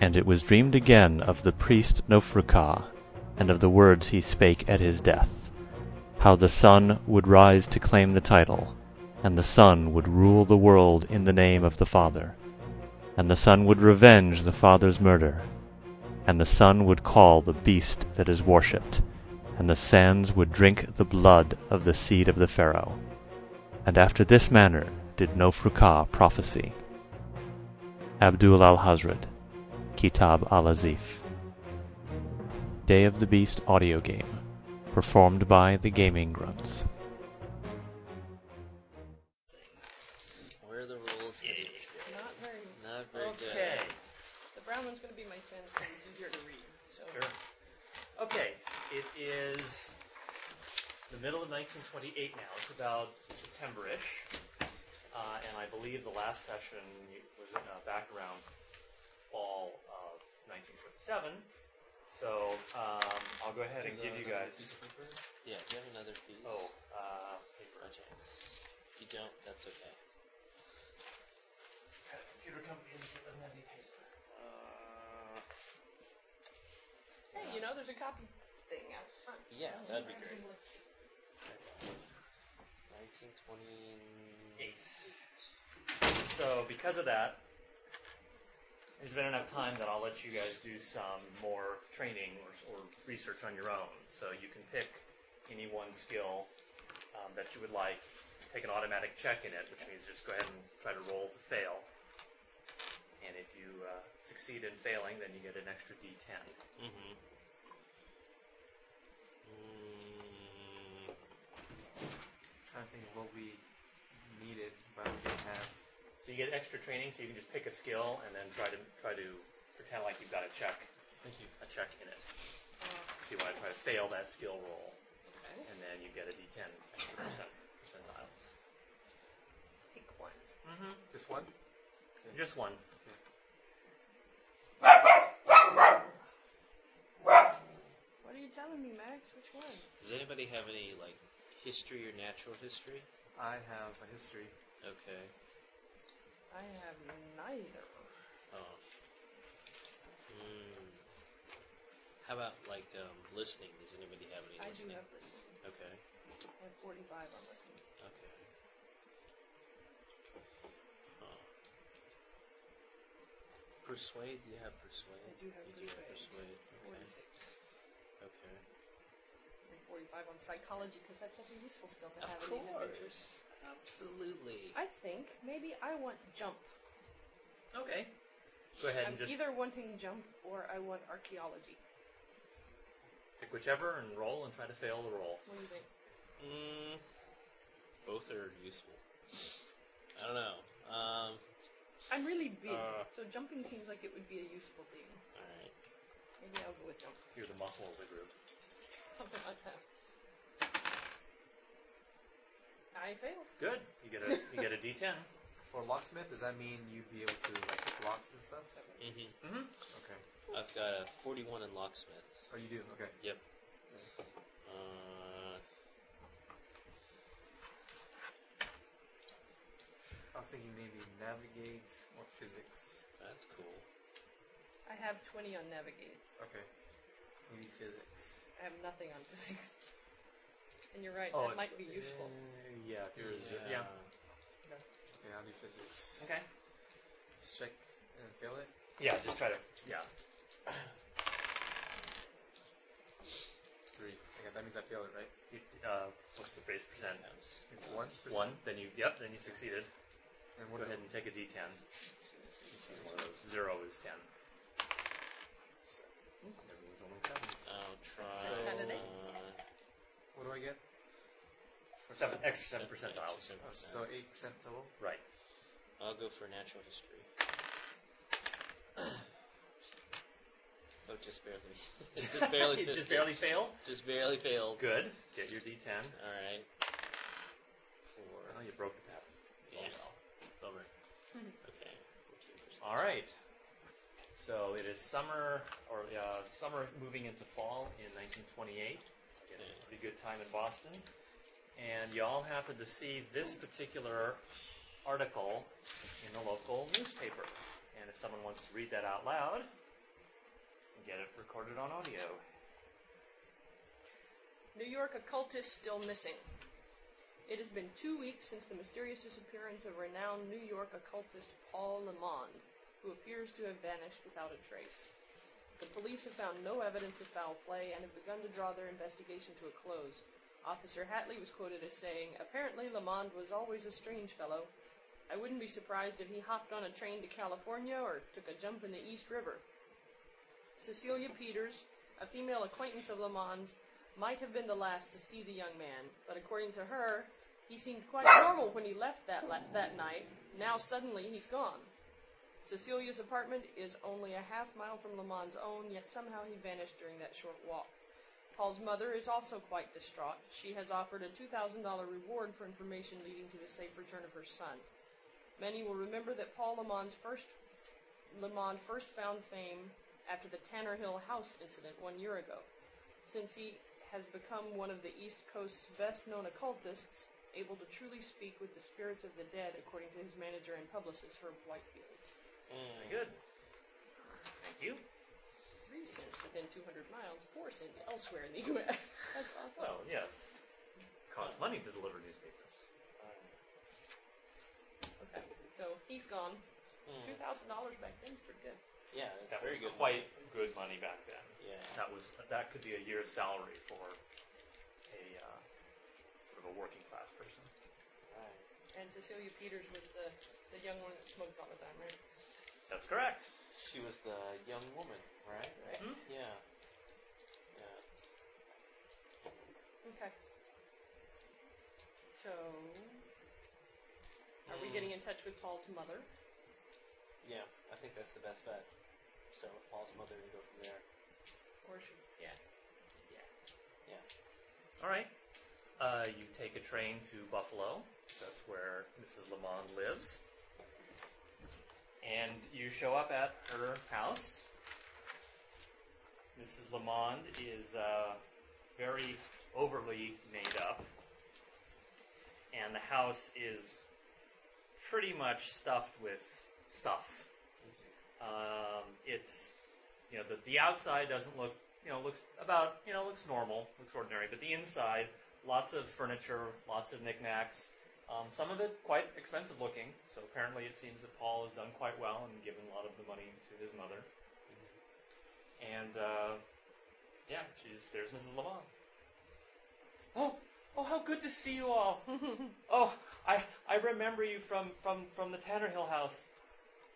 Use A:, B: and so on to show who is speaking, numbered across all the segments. A: And it was dreamed again of the priest Nofrukah, and of the words he spake at his death, how the sun would rise to claim the title, and the son would rule the world in the name of the father, and the son would revenge the father's murder, and the son would call the beast that is worshipped, and the sands would drink the blood of the seed of the Pharaoh. And after this manner did Nofrukah prophesy. Abdul al Hazred Kitab al Azif Day of the Beast audio game performed by the Gaming Grunts.
B: Where are the rules? hidden?
C: Not very.
B: Not very
C: Okay. The brown one's going to be my 10, so it's easier to read. So
D: Sure. Okay, it is the middle of 1928 now. It's about September-ish, uh, and I believe the last session was uh, back around fall of 1927. So um, I'll go ahead and
B: Is
D: give
B: there
D: you
B: another
D: guys.
B: piece of paper? Yeah, do you have another piece?
D: Oh, uh, paper.
B: Okay. If you don't, that's okay.
D: Kind of computer company that doesn't have any paper. Uh,
C: hey, you know, there's a copy thing out front.
B: Yeah, that'd be great. 1928.
D: Eight. So because of that, there's been enough time that I'll let you guys do some more training or, or research on your own. So you can pick any one skill um, that you would like, take an automatic check in it, which means just go ahead and try to roll to fail. And if you uh, succeed in failing, then you get an extra D10.
B: Mm-hmm. Mm,
E: trying to think of what we needed, but we didn't have.
D: So you get extra training, so you can just pick a skill and then try to try to pretend like you've got a check,
B: thank you.
D: a check in it.
C: Uh,
D: So you want to try to fail that skill roll,
C: okay.
D: and then you get a d10 extra percent, percentiles.
C: Pick one.
D: Mm-hmm.
E: Just one?
D: Just one.
C: What are you telling me, Max? Which one?
B: Does anybody have any, like, history or natural history?
E: I have a history.
B: Okay.
C: I have neither.
B: Oh. Mm. How about, like, um, listening? Does anybody have any
C: I do
B: listening?
C: have listening.
B: Okay.
C: I have 45 on listening.
B: Okay. Huh. Persuade? You have persuade.
C: I do have
B: you do have
C: persuade.
B: persuade. Okay.
C: 46.
B: Okay.
C: And 45 on psychology, because that's such a useful skill to
B: Of
C: have in these adventures.
B: course. Absolutely.
C: I think maybe I want jump.
D: Okay. Go ahead
C: I'm
D: and just
C: Um, either wanting jump or I want archaeology.
D: pick whichever and roll and try to fail the roll.
C: What do you think?
B: Mm, both are useful. I don't know. Um,
C: I'm really big,
B: Uh,
C: so jumping seems like it would be a useful thing.
B: alright.
C: Maybe I'll go with jump.
D: You're the muscle of the group.
C: Something like that. I failed.
D: Good. You get a you get a d10.
E: For locksmith, does that mean you'd be able to like pick locks and stuff?
B: hmm
E: Okay.
B: I've got a 41 in locksmith.
E: Oh, you do. Okay.
B: Yep. Uh,
E: I was thinking maybe navigate or physics.
B: that's cool.
C: I have 20 on navigate.
E: Okay. Maybe physics.
C: I have nothing on physics. And you're right,
D: Oh,
C: that
D: it's-
C: might be useful.
D: Uh, yeah. If you're a- yeah.
E: Okay, I'll do physics.
D: Okay.
E: Just check and fail it.
D: Yeah. Just try to yeah.
E: Three. Okay, that means I failed it, right?
D: You, uh, what's the base percent?
B: Yes.
E: It's one.
D: One. Then you yep. Then you succeeded.
E: And
D: Go
E: what
D: ahead and take a d10. Zero is ten. So, everyone's only seven.
B: I'll try.
C: So-
B: uh,
E: What do I get?
D: Seven extra seven percentiles.
B: seven
E: Oh,
B: percent.
E: so eight percent total.
D: Right.
B: I'll go for natural history. Oh, just barely. just barely.
D: It just
B: missed it.
D: barely failed.
B: Just barely failed.
D: Good. Get your D10.
B: All right.
D: Oh,
B: Four.
D: you broke the pattern.
B: Yeah.
D: It's over.
B: Okay. Fourteen percent.
D: All right. So it is summer, or uh, summer moving into fall in 1928. I guess it's a pretty good time in Boston. And y'all happen to see this particular article in the local newspaper. And if someone wants to read that out loud, get it recorded on audio.
C: New York occultist still missing. It has been two weeks since the mysterious disappearance of renowned New York occultist Paul Lemond, who appears to have vanished without a trace. The police have found no evidence of foul play and have begun to draw their investigation to a close. Officer Hatley was quoted as saying, Apparently, Lemond was always a strange fellow. I wouldn't be surprised if he hopped on a train to California or took a jump in the East River. Cecilia Peters, a female acquaintance of Lamont's, might have been the last to see the young man, but according to her, he seemed quite normal when he left that, la- that night. Now suddenly he's gone. Cecilia's apartment is only a half mile from Lamont's own, yet somehow he vanished during that short walk. Paul's mother is also quite distraught. She has offered a $2,000 reward for information leading to the safe return of her son. Many will remember that Paul Lamont's first Lamont first found fame after the Tanner Hill House incident one year ago. Since he has become one of the East Coast's best known occultists, able to truly speak with the spirits of the dead, according to his manager and publicist, Herb Whitefield.
B: Hmm.
D: Very good. Thank you.
C: Three cents within 200 miles, four cents elsewhere in the U.S. That's awesome.
D: Well, Oh, yes. Costs money to deliver newspapers.
C: Okay, so he's gone. $2,000 back then's pretty good.
B: Hmm. Yeah, that's
D: That
B: very
D: was
B: good.
D: quite good money back then.
B: Yeah.
D: That was that could be a year's salary for a uh, sort of a working class person.
B: Right.
C: And Cecilia Peters was the, the young one that smoked all the time, right?
D: That's correct.
B: She was the young woman, right?
C: Right.
D: Mhm.
B: Yeah. Yeah.
C: Okay. So, are we getting in touch with Paul's mother?
B: Hmm. Yeah. I think that's the best bet. Start with Paul's mother and go from there.
C: Or should yeah, yeah.
D: All right. Uh, you take a train to Buffalo. That's where Mrs. Lamond lives. And you show up at her house. Mrs. Lamond is uh, very overly made up. And the house is pretty much stuffed with stuff. Um, it's you know the, the outside doesn't look you know looks about you know looks normal looks ordinary but the inside lots of furniture lots of knickknacks um, some of it quite expensive looking so apparently it seems that paul has done quite well and given a lot of the money to his mother and uh, yeah she's there's mrs lamont oh oh how good to see you all oh i i remember you from from from the tanner hill house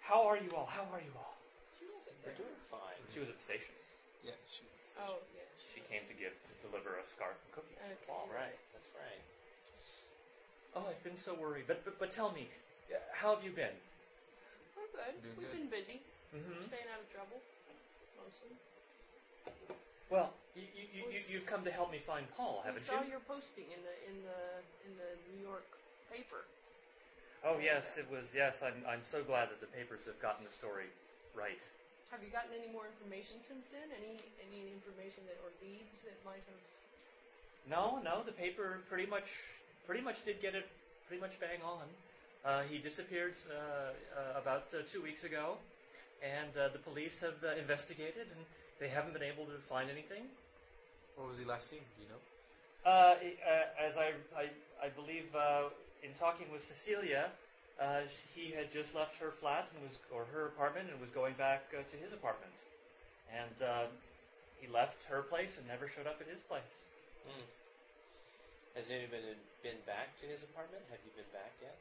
D: how are you all how are you all
C: She wasn't
B: You're doing fine.
D: she was at the station
E: Yeah, she,
C: Oh, yeah.
D: She came to give to deliver a scarf and cookies.
C: Okay.
B: All right. That's right.
D: Oh, I've been so worried. But but, but tell me, uh, how have you been?
C: We're good.
E: Doing
C: We've
E: good.
C: been busy,
D: Mm-hmm.
C: staying out of trouble, mostly.
D: Well, you, you, you,
C: We
D: you-
C: s-
D: you've come to help me find Paul,
C: we
D: haven't
C: saw
D: you?
C: your posting in the in the in the New York paper.
D: Oh yes, it was yes. I'm I'm so glad that the papers have gotten the story right.
C: Have you gotten any more information since then? Any any information that or leads that might have?
D: No, no, the paper pretty much pretty much did get it pretty much bang on. Uh, he disappeared uh, uh, about uh, two weeks ago, and uh, the police have uh, investigated, and they haven't been able to find anything.
E: what was he last seen? Do you know?
D: Uh, it- uh, as I, I, I believe uh, in talking with Cecilia, uh, sh- he had just left her flat and was, or her apartment and was going back uh, to his apartment. And uh, he left her place and never showed up at his place.
B: Mm. Has anybody been back to his apartment? Have you been back yet?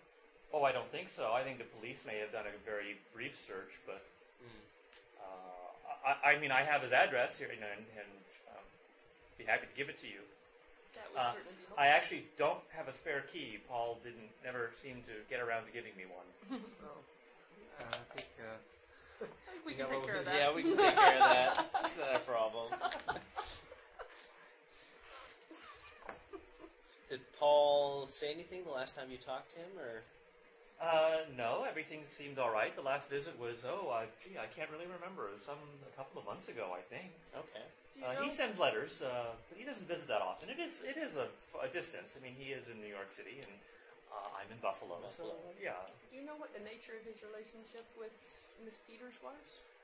D: Oh, I don't think so. I think the police may have done a very brief search, but
B: Mm.
D: uh, I, I mean, I have his address here, you know, and, and um, be happy to give it to you.
C: That would
D: Uh,
C: certainly be helpful.
D: I actually don't have a spare key. Paul didn't never seem to get around to giving me one.
E: Oh, yeah, I think uh,
C: I think we can
E: you know
C: take
E: what
C: care of
E: we-
C: that.
B: Yeah, we can take care of that. That's not a problem. Did Paul say anything the last time you talked to him, or
D: Uh, no, everything seemed all right. The last visit was, oh, uh, gee, I can't really remember. It was some a couple of months ago, I think.
B: okay?
C: Do you
D: Uh,
C: know?
D: he sends letters, uh, but he doesn't visit that often. It is it is a, a distance. I mean, he is in New York City, and uh, I'm in Buffalo. So
B: Buffalo.
D: yeah,
C: do you know what the nature of his relationship with Miss Peters was?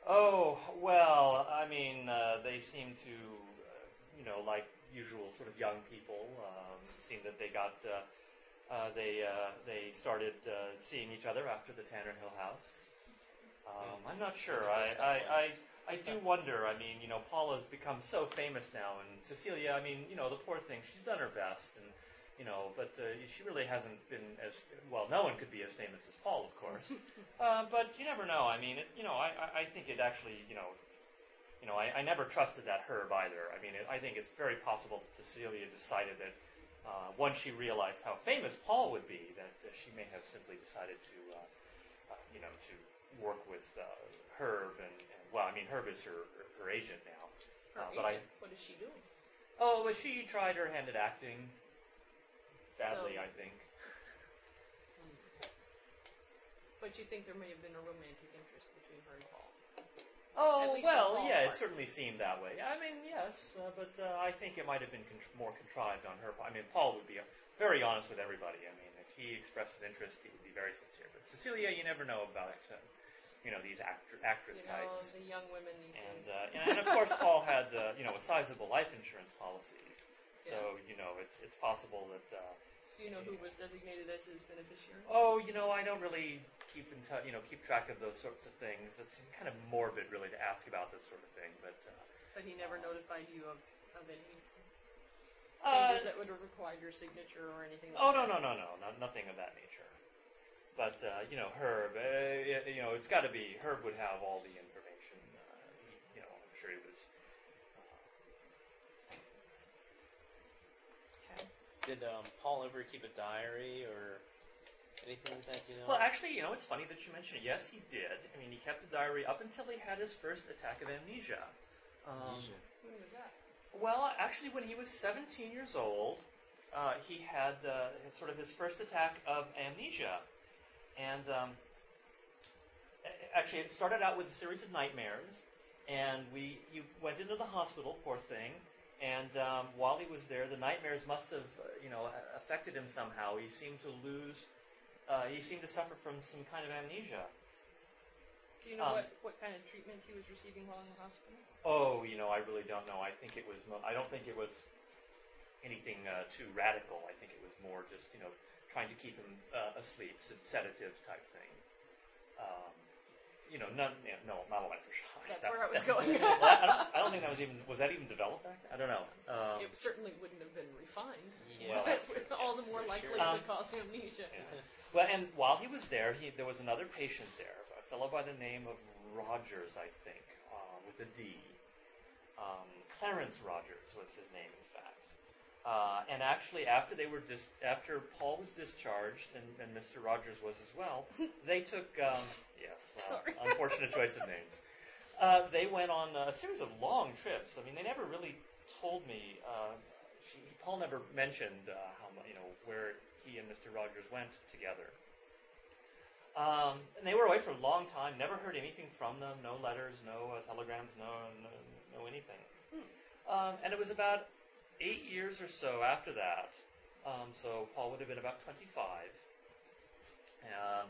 D: Oh well, I mean, uh, they seem to, uh, you know, like usual sort of young people. Um, it seemed that they got, uh, uh, they uh, they started uh, seeing each other after the Tanner Hill House. Um, I'm not sure. I I, I I do wonder. I mean, you know, Paula's become so famous now, and Cecilia. I mean, you know, the poor thing. She's done her best, and you know, but uh, she really hasn't been as well. No one could be as famous as Paul, of course. Uh, but you never know. I mean, it, you know, I, I- I think it actually, you know, you know, I, I never trusted that herb either. I mean, it, I think it's very possible that Cecilia decided that uh, once she realized how famous Paul would be, that uh, she may have simply decided to, uh, uh, you know, to work with uh, Herb and, and well, I mean, Herb is her her agent now.
C: Her
D: Uh, but I-
C: agent, what is she doing?
D: Oh, well, she tried her hand at acting badly,
C: So-
D: I think.
C: But you think there may have been a romantic interest between her and Paul? At
D: Oh
C: least
D: well,
C: the
D: yeah,
C: ballpark.
D: it certainly seemed that way. I mean, yes, uh, but uh, I think it might have been contr more contrived on her part. I mean, Paul would be uh, very honest with everybody. I mean, if he expressed an interest, he would be very sincere. But Cecilia, you never know about, uh, you know, these act- actress
C: You know,
D: types.
C: the young women these
D: And,
C: days.
D: uh, and and of course, Paul had uh, you know a sizable life insurance policies, so you know it's it's possible that. Uh,
C: Do you know who was designated as his beneficiary?
D: Oh, you know, I don't really keep in touch, you know, keep track of those sorts of things. It's kind of morbid, really, to ask about this sort of thing. But uh,
C: But he never notified you of, of any
D: uh,
C: changes that would have required your signature or anything like
D: oh no,
C: that?
D: no, no, no, no, nothing of that nature. But uh, you know, Herb, uh, y- you know, it's got to be Herb would have all the information. Uh, he, you know, I'm sure he was.
C: Okay.
B: Did um, Paul ever keep a diary or anything like that? do You know.
D: Well, actually, you know, it's funny that you mentioned it. Yes, he did. I mean, he kept a diary up until he had his first attack of amnesia. Um,
C: When was that?
D: Well, actually, when he was 17 years old, uh, he had uh, his, sort of his first attack of amnesia. And um, a- actually, it started out with a series of nightmares. And we, he went into the hospital, poor thing. And um, while he was there, the nightmares must have, uh, you know, a- affected him somehow. He seemed to lose, uh, he seemed to suffer from some kind of amnesia.
C: Do you
D: Um,
C: know what, what kind of treatments he was receiving while in the hospital?
D: Oh, you know, I really don't know. I think it was. Mo- I don't think it was anything uh, too radical. I think it was more just you know trying to keep him uh, asleep, sed- sedatives type thing. Um, you know, not yeah, no, not electroshock.
C: That's
D: That-
C: where I was going.
D: well, I, I don't, I don't think that was even was that even developed back? then? I don't know. Um,
C: it certainly wouldn't have been refined.
B: yeah.
D: well,
C: That's all the more
B: for
C: likely
B: sure.
C: to
D: Um,
C: cause amnesia.
D: yeah. Well, and while he was there, he there was another patient there, a fellow by the name of Rogers, I think, uh, with a D. Um, Clarence Rogers was his name, in fact. Uh, and actually, after they were dis- after Paul was discharged and, and Mr. Rogers was as well, they took um, yes, well,
C: Sorry.
D: unfortunate choice of names. Uh, they went on a series of long trips. I mean, they never really told me. Uh, she, Paul never mentioned uh, how mu- you know where he and Mr. Rogers went together. Um, and they were away for a long time. Never heard anything from them. No letters. No uh, telegrams. No, no, no anything. Um, and it was about eight years or so after that. Um, so Paul would have been about twenty-five. Um,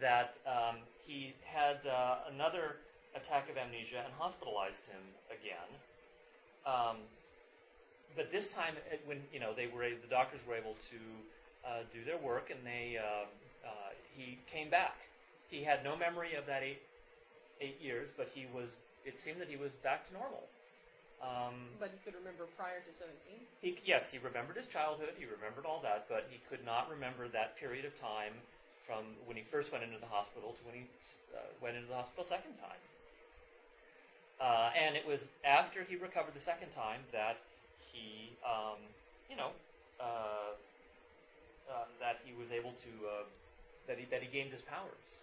D: that um, he had uh, another attack of amnesia and hospitalized him again. Um, but this time, it, when you know they were, a- the doctors were able to uh, do their work, and they uh, uh, he came back. He had no memory of that eight eight years, but he was. It seemed that he was back to normal. Um,
C: But he could remember prior to 17.
D: he, yes, he remembered his childhood. He remembered all that, but he could not remember that period of time from when he first went into the hospital to when he uh, went into the hospital a second time. Uh, and it was after he recovered the second time that he, um, you know, uh, uh, that he was able to uh, that he that he gained his powers.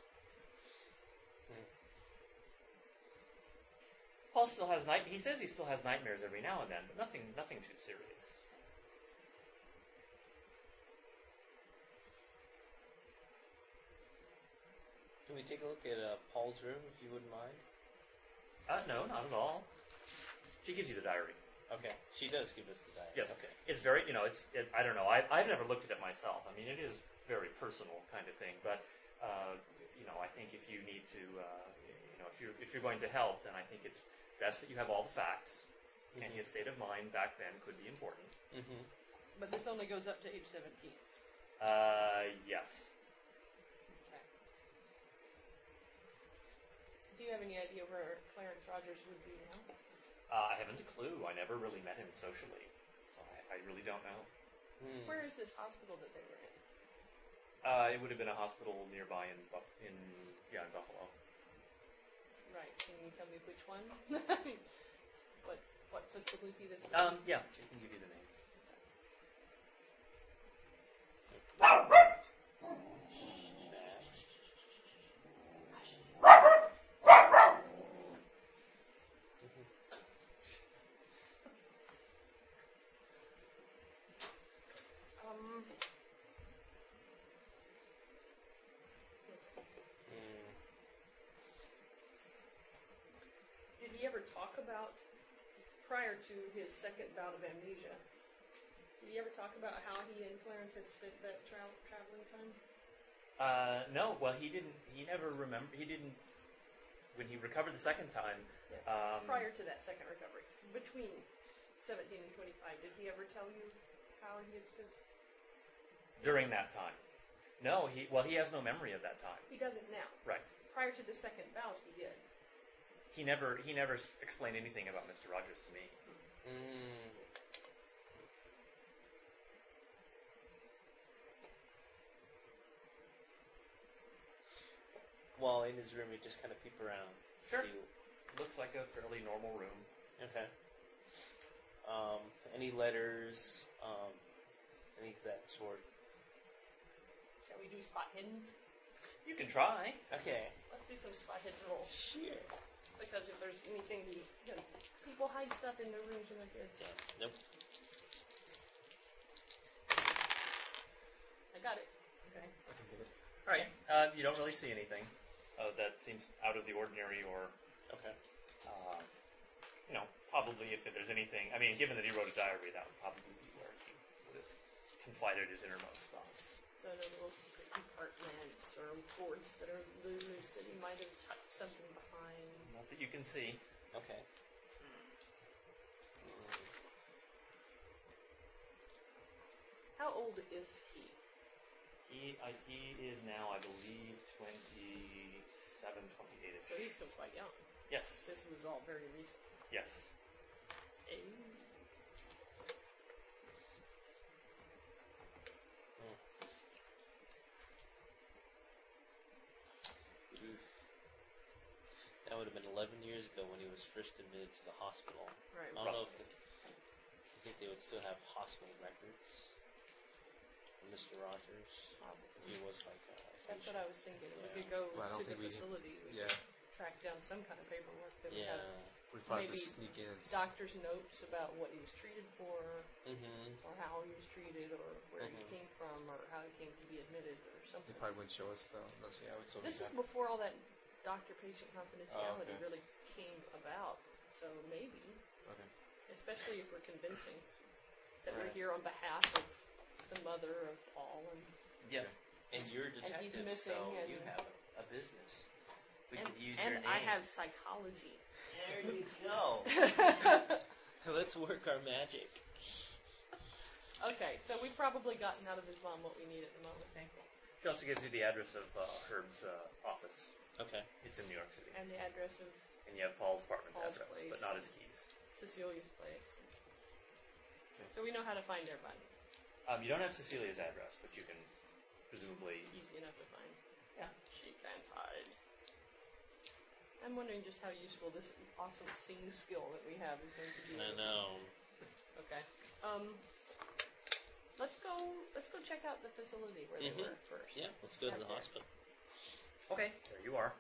D: Paul still has night. He says he still has nightmares every now and then, but nothing nothing too serious.
B: Can we take a look at uh, Paul's room, if you wouldn't mind?
D: Uh, no, not at all. She gives you the diary.
B: Okay. She does give us the diary.
D: Yes.
B: Okay.
D: It's very, you know, it's, it, I don't know. I, I've never looked at it myself. I mean, it is very personal kind of thing, but, uh, you know, I think if you need to, uh, you know, if you're if you're going to help, then I think it's best that you have all the facts. And his state of mind back then could be important.
B: Mm-hmm.
C: But this only goes up to age 17.
D: Uh, yes.
C: Okay. Do you have any idea where Clarence Rogers would be now?
D: Uh, I haven't a clue. I never really met him socially, so I, I really don't know. Hmm.
B: Mm-hmm.
C: Where is this hospital that they were in?
D: Uh, it would have been a hospital nearby in Buff- in yeah in Buffalo.
C: Right. Can you tell me which one? what what facility this was?
D: Um, yeah, she can give you the name.
C: um
B: Mm-hmm.
C: Did he ever talk about prior to his second bout of amnesia? Did he ever talk about how he and Clarence had spent that tra- traveling time?
D: Uh, no, well, he didn't. He never remember. He didn't. When he recovered the second time,
C: Yeah.
D: um,
C: prior to that second recovery, between 17 and 25, did he ever tell you how he had spent?
D: during that time, no, he well, he has no memory of that time.
C: He doesn't now.
D: Right.
C: Prior to the second bout, he did.
D: He never. He never s- explained anything about Mr. Rogers to me.
B: Mm. While in his room, you just kind of peep around.
D: Sure.
B: See,
D: Looks like a fairly normal room.
B: okay. Um, any letters, um, any of that sort.
C: Shall we do spot hidden?
D: You can try.
B: Okay.
C: Let's do some spot hidden rolls
B: Shit.
C: because if there's anything, to, because people hide stuff in their rooms when they're kids.
B: Nope.
C: I got it.
D: Okay. All right. Uh, you don't really see anything uh, that seems out of the ordinary or
B: Okay.
D: uh, you know, probably if there's anything, I mean, given that he wrote a diary, that would probably be where he would have confided his innermost thoughts.
C: So the little secret compartments or boards that are loose that he might have tucked something behind.
D: Not that you can see.
B: Okay.
C: How old is he?
D: He uh, he is now, I believe, 27, 28
C: So he's still quite young.
D: Yes.
C: This was all very recent.
D: Yes.
C: Eh?
B: Oof. That would have been 11 years ago when he was first admitted to the hospital.
C: Right.
B: I
E: Um,
B: don't know if the, I think they would still have hospital records. for Mr. Rogers, he was like a
C: That's what I was thinking. We could
B: Yeah.
C: go
E: Well, I
C: to
E: don't
C: the
E: think we-
C: facility. We
E: Yeah,
C: could track down some kind of paperwork that would
B: yeah.
C: have
E: we'd probably have to
C: Maybe
E: sneak in and s-
C: doctor's notes about what he was treated for,
B: Mm-hmm.
C: or how he was treated, or where he
B: Mhm.
C: came from, or how he came to be admitted, or
E: They
C: something.
E: probably wouldn't show us though. Unless, yeah, it's
C: This was before all that doctor-patient confidentiality
E: Oh, okay.
C: really came about. So maybe,
E: okay.
C: especially if we're convincing that
B: Right.
C: we're here on behalf of the mother of Paul and
B: Yeah. And you're a
C: he's
B: detective,
C: missing,
B: so you
C: and-
B: have a, a business. We
C: and,
B: could use
C: and
B: your name.
C: I have psychology.
B: There you go. Let's work our magic.
C: Okay, so we've probably gotten out of his mom what we need at the moment.
D: She also gives you the address of uh, Herb's uh, office.
B: Okay.
D: It's in New York City.
C: And the address of
D: And you have Paul's apartment's
C: Paul's
D: address,
C: place.
D: but not his keys.
C: Cecilia's place. So we know how to find everybody.
D: Um, you don't have Cecilia's address, but you can presumably.
C: Easy enough to find.
D: Yeah.
C: She can't hide. I'm wondering just how useful this awesome sing skill that we have is going to be.
B: I know.
C: Okay. Um, let's go. Let's go check out the facility where
B: Mhm.
C: they were first.
B: Yeah, let's go to
C: Out
B: the
C: there.
B: hospital.
D: Okay. There you are.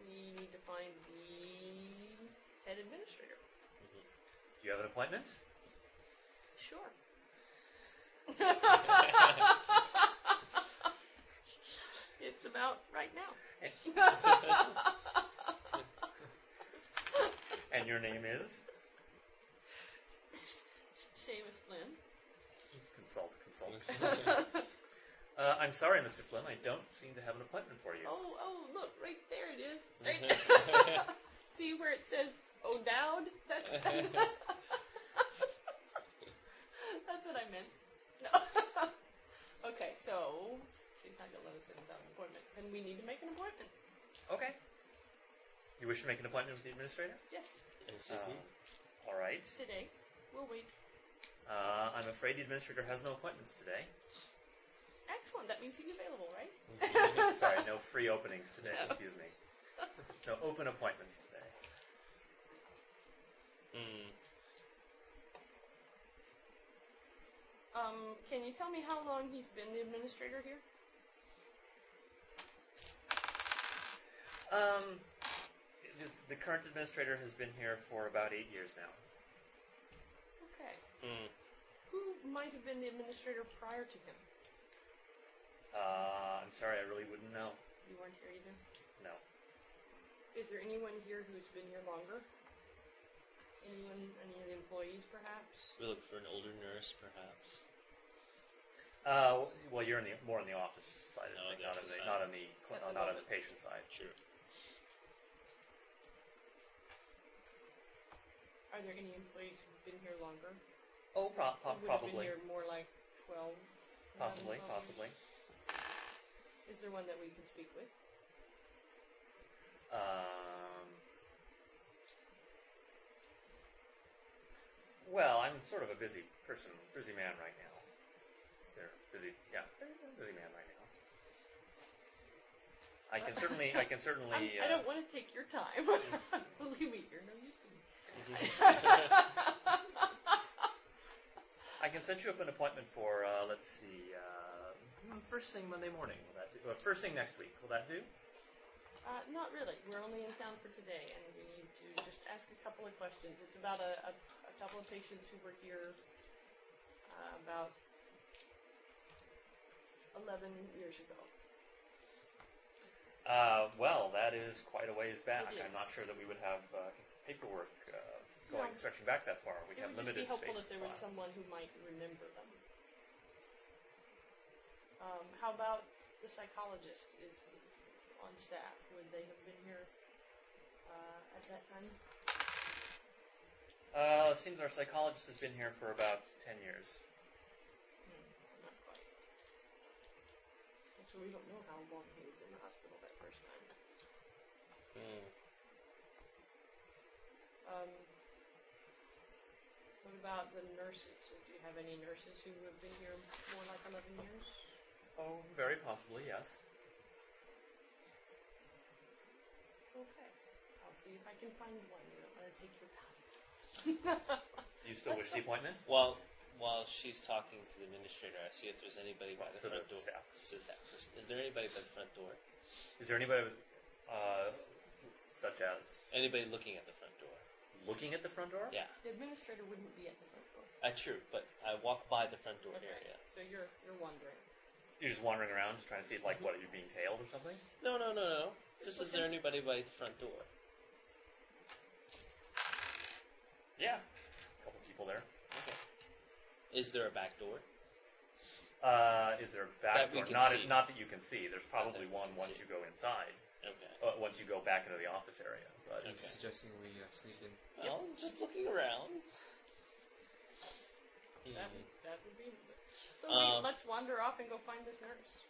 C: We need to find the head administrator.
D: Do you have an appointment?
C: Sure. it's about right now.
D: And your name is?
C: Seamus Flynn.
D: Consult, consult. Uh, I'm sorry, Mr. Flynn. I don't seem to have an appointment for you.
C: Oh, oh, look, right there it is. Right. See where it says O'Dowd? That's that's what I meant. No. okay, so she's not gonna let us in without an appointment. Then we need to make an appointment.
D: Okay. You wish to make an appointment with the administrator?
C: Yes,
B: Is,
D: Um,
B: um,
D: all right.
C: today. We'll wait.
D: Uh, I'm afraid the administrator has no appointments today.
C: Excellent. That means he's available, right?
D: Sorry, no free openings today. Excuse me. No open appointments today.
B: mm,
C: Um, can you tell me how long he's been the administrator here?
D: Um,
B: Hmm.
D: this, the current administrator has been here for about eight years now.
C: Okay.
B: mm.
C: Who might have been the administrator prior to him?
D: Uh, I'm sorry, I really wouldn't know.
C: You weren't here either.
D: No.
C: Is there anyone here who's been here longer? Anyone, any of the employees, perhaps?
B: We look for an older nurse, perhaps.
D: Uh, well, you're in the, more on the office side
B: Oh,
D: of things,
B: the
D: not on
B: office
D: the
B: side.
D: not on the cl-
C: Yeah, I
D: not on
C: love
D: the patient side.
B: Sure.
C: Are there any employees who've been here longer?
D: Oh, pro- pro-
C: Who would have
D: probably,
C: been here Oh, more like 12?
D: possibly,
C: 11?
D: possibly.
C: Is there one that we can speak with?
D: Um, well, I'm sort of a busy person, busy man right now. There, busy, yeah, busy man right now. I can certainly, I can certainly.
C: I'm-
D: uh,
C: I don't want to take your time. Believe me, you're no use to me.
D: I can set you up an appointment for, uh, let's see, uh, mm, first thing Monday morning. Will that do? Uh, first thing next week. Will that do?
C: Uh, not really. We're only in town for today, and we need to just ask a couple of questions. It's about a, a, a couple of patients who were here uh, about 11 years ago.
D: Uh, well, that is quite a ways back.
C: It
D: I'm not
C: is.
D: sure that we would have uh, paperwork uh, going
C: No.
D: stretching back that far. We
C: It
D: have
C: would just
D: limited
C: be helpful
D: space
C: if there
D: for
C: was
D: files.
C: someone who might remember them. Um, how about the psychologist is on staff? Would they have been here uh, at that time?
D: Uh, it seems our psychologist has been here for about ten years.
C: Not quite. Actually, we don't know how long he was in the hospital that first time.
B: Mm.
C: Um, what about the nurses? Do you have any nurses who have been here more like 11 years?
D: Oh, very possibly, yes.
C: Okay. I'll see if I can find one. You don't want to take your time.
D: Do you still wish the appointment?
B: While while she's talking to the administrator, I see if there's anybody by the
D: To the
B: front door.
D: staff.
B: To the staff person. Is there anybody by the front door?
D: Is there anybody, uh, such as
B: Anybody looking at the front door?
D: looking at the front door?
B: Yeah.
C: The administrator wouldn't be at the front door.
B: Uh, true, but I walk by the front door area.
C: So you're you're wondering.
D: You're just wandering around, just trying to see, like,
B: Mm-hmm.
D: what are you being tailed or something?
B: No, no, no, no. Just is there anybody by the front door?
D: Yeah, a couple people there.
B: Okay. Is there a back door?
D: Uh, is there a back
B: That we
D: door?
B: can
D: not,
B: see.
D: not that you can see. There's probably
B: we
D: one
B: can
D: once
B: see.
D: you go inside,
B: Okay.
D: uh, once you go back into the office area. But
E: Are you
B: Okay.
E: suggesting we uh, sneak in?
B: Well, just looking around. Hmm.
C: That would, that would be. So
B: Mm-hmm. Um,
C: we, let's wander off and go find this nurse.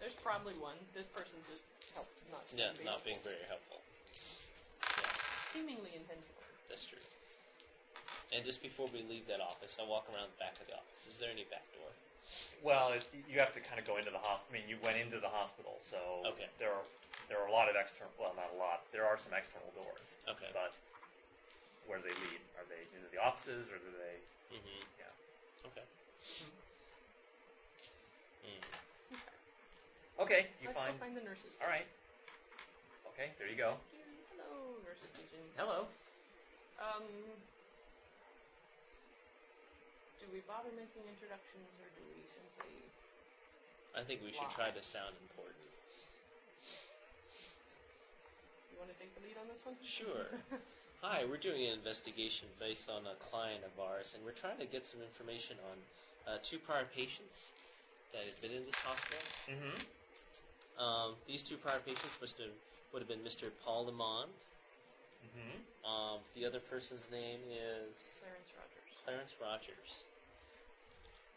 C: There's probably one. This person's just helped not
B: Yeah,
C: being
B: not being very helpful. Yeah.
C: seemingly intentional.
B: That's true. And just before we leave that office, I walk around the back of the office. Is there any back door?
D: well, it, you have to kind of go into the hospital. I mean, you went into the hospital, so
B: Okay.
D: there are there are a lot of external. Well, not a lot. There are some external doors.
B: Okay.
D: But where do they lead? Are they into the offices, or do they?
B: Mm-hmm.
D: Yeah.
B: Okay.
D: Okay, you
C: let's
D: find.
C: go find the nurses.
D: All right. Okay, there you go.
C: Hello, nurses station.
D: Hello.
C: Um, do we bother making introductions, or do we simply?
B: I think we should try to sound important.
C: You want to take the lead on this one?
B: Sure. Hi, we're doing an investigation based on a client of ours, and we're trying to get some information on uh, two prior patients that had been in this hospital.
D: Mm-hmm.
B: Um, these two prior patients must have, would have been Mr. Paul Lamond.
D: Mm-hmm.
B: Um, the other person's name is
C: Clarence Rogers.
B: Clarence Rogers.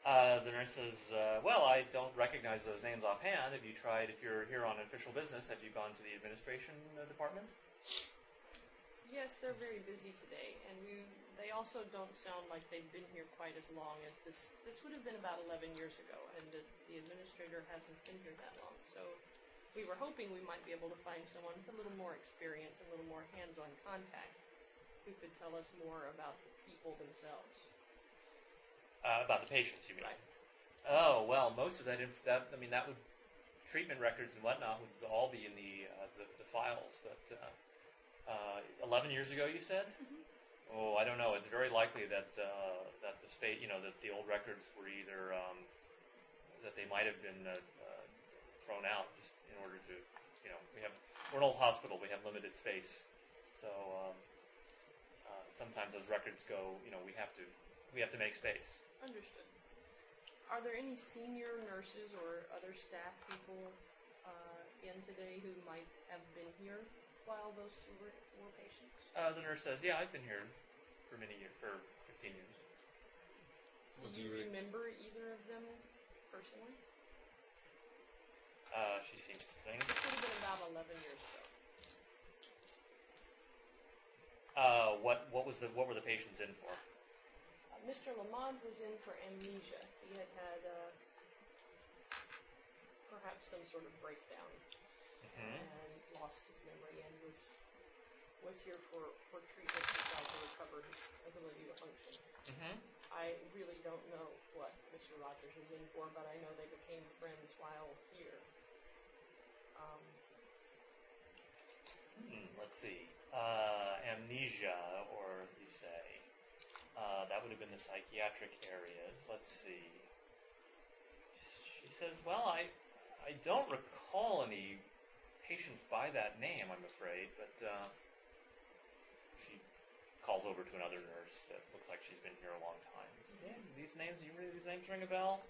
D: Uh, the nurse says, uh, "Well, I don't recognize those names offhand. Have you tried? If you're here on official business, have you gone to the administration uh, department?"
C: Yes, they're very busy today, and we. They also don't sound like they've been here quite as long as this. This would have been about 11 years ago, and the, the administrator hasn't been here that long. So, we were hoping we might be able to find someone with a little more experience, a little more hands-on contact, who could tell us more about the people themselves.
D: Uh, about the patients, you mean? Oh well, most of that, inf- that I mean, that would treatment records and whatnot would all be in the uh, the, the files. But uh, uh, eleven years ago, you said. Oh, I don't know. It's very likely that uh, that the state, you know, that the old records were either um, that they might have been uh, uh, thrown out just in order to, you know, we have we're an old hospital. We have limited space, so um, uh, sometimes those records go. You know, we have to we have to make space.
C: Understood. Are there any senior nurses or other staff people uh, in today who might have been here while those two were, were patients?
D: Uh, the nurse says, "Yeah, I've been here for many years, for 15 years.
C: Do
B: Well, do
C: you
B: you re-
C: remember either of them personally?
D: Uh, she seems to think.
C: It would have been about 11 years ago.
D: Uh, what what was the what were the patients in for?
C: Uh, Mr. Lamond was in for amnesia. He had had uh, perhaps some sort of breakdown
D: Mm-hmm.
C: and lost his memory and was was here for, for treatment to try to recover his ability to function.
D: Mm-hmm.
C: I really don't know what Mr. Rogers was in for, but I know they became friends while here. Um,
D: Hmm, let's see. Uh, amnesia, or you say, uh, that would have been the psychiatric areas. Let's see. She says, "Well, I I don't recall any patients by that name. I'm afraid, but." Uh, she calls over to another nurse that looks like she's been here a long time. Yeah, these names, you really, these names ring a bell?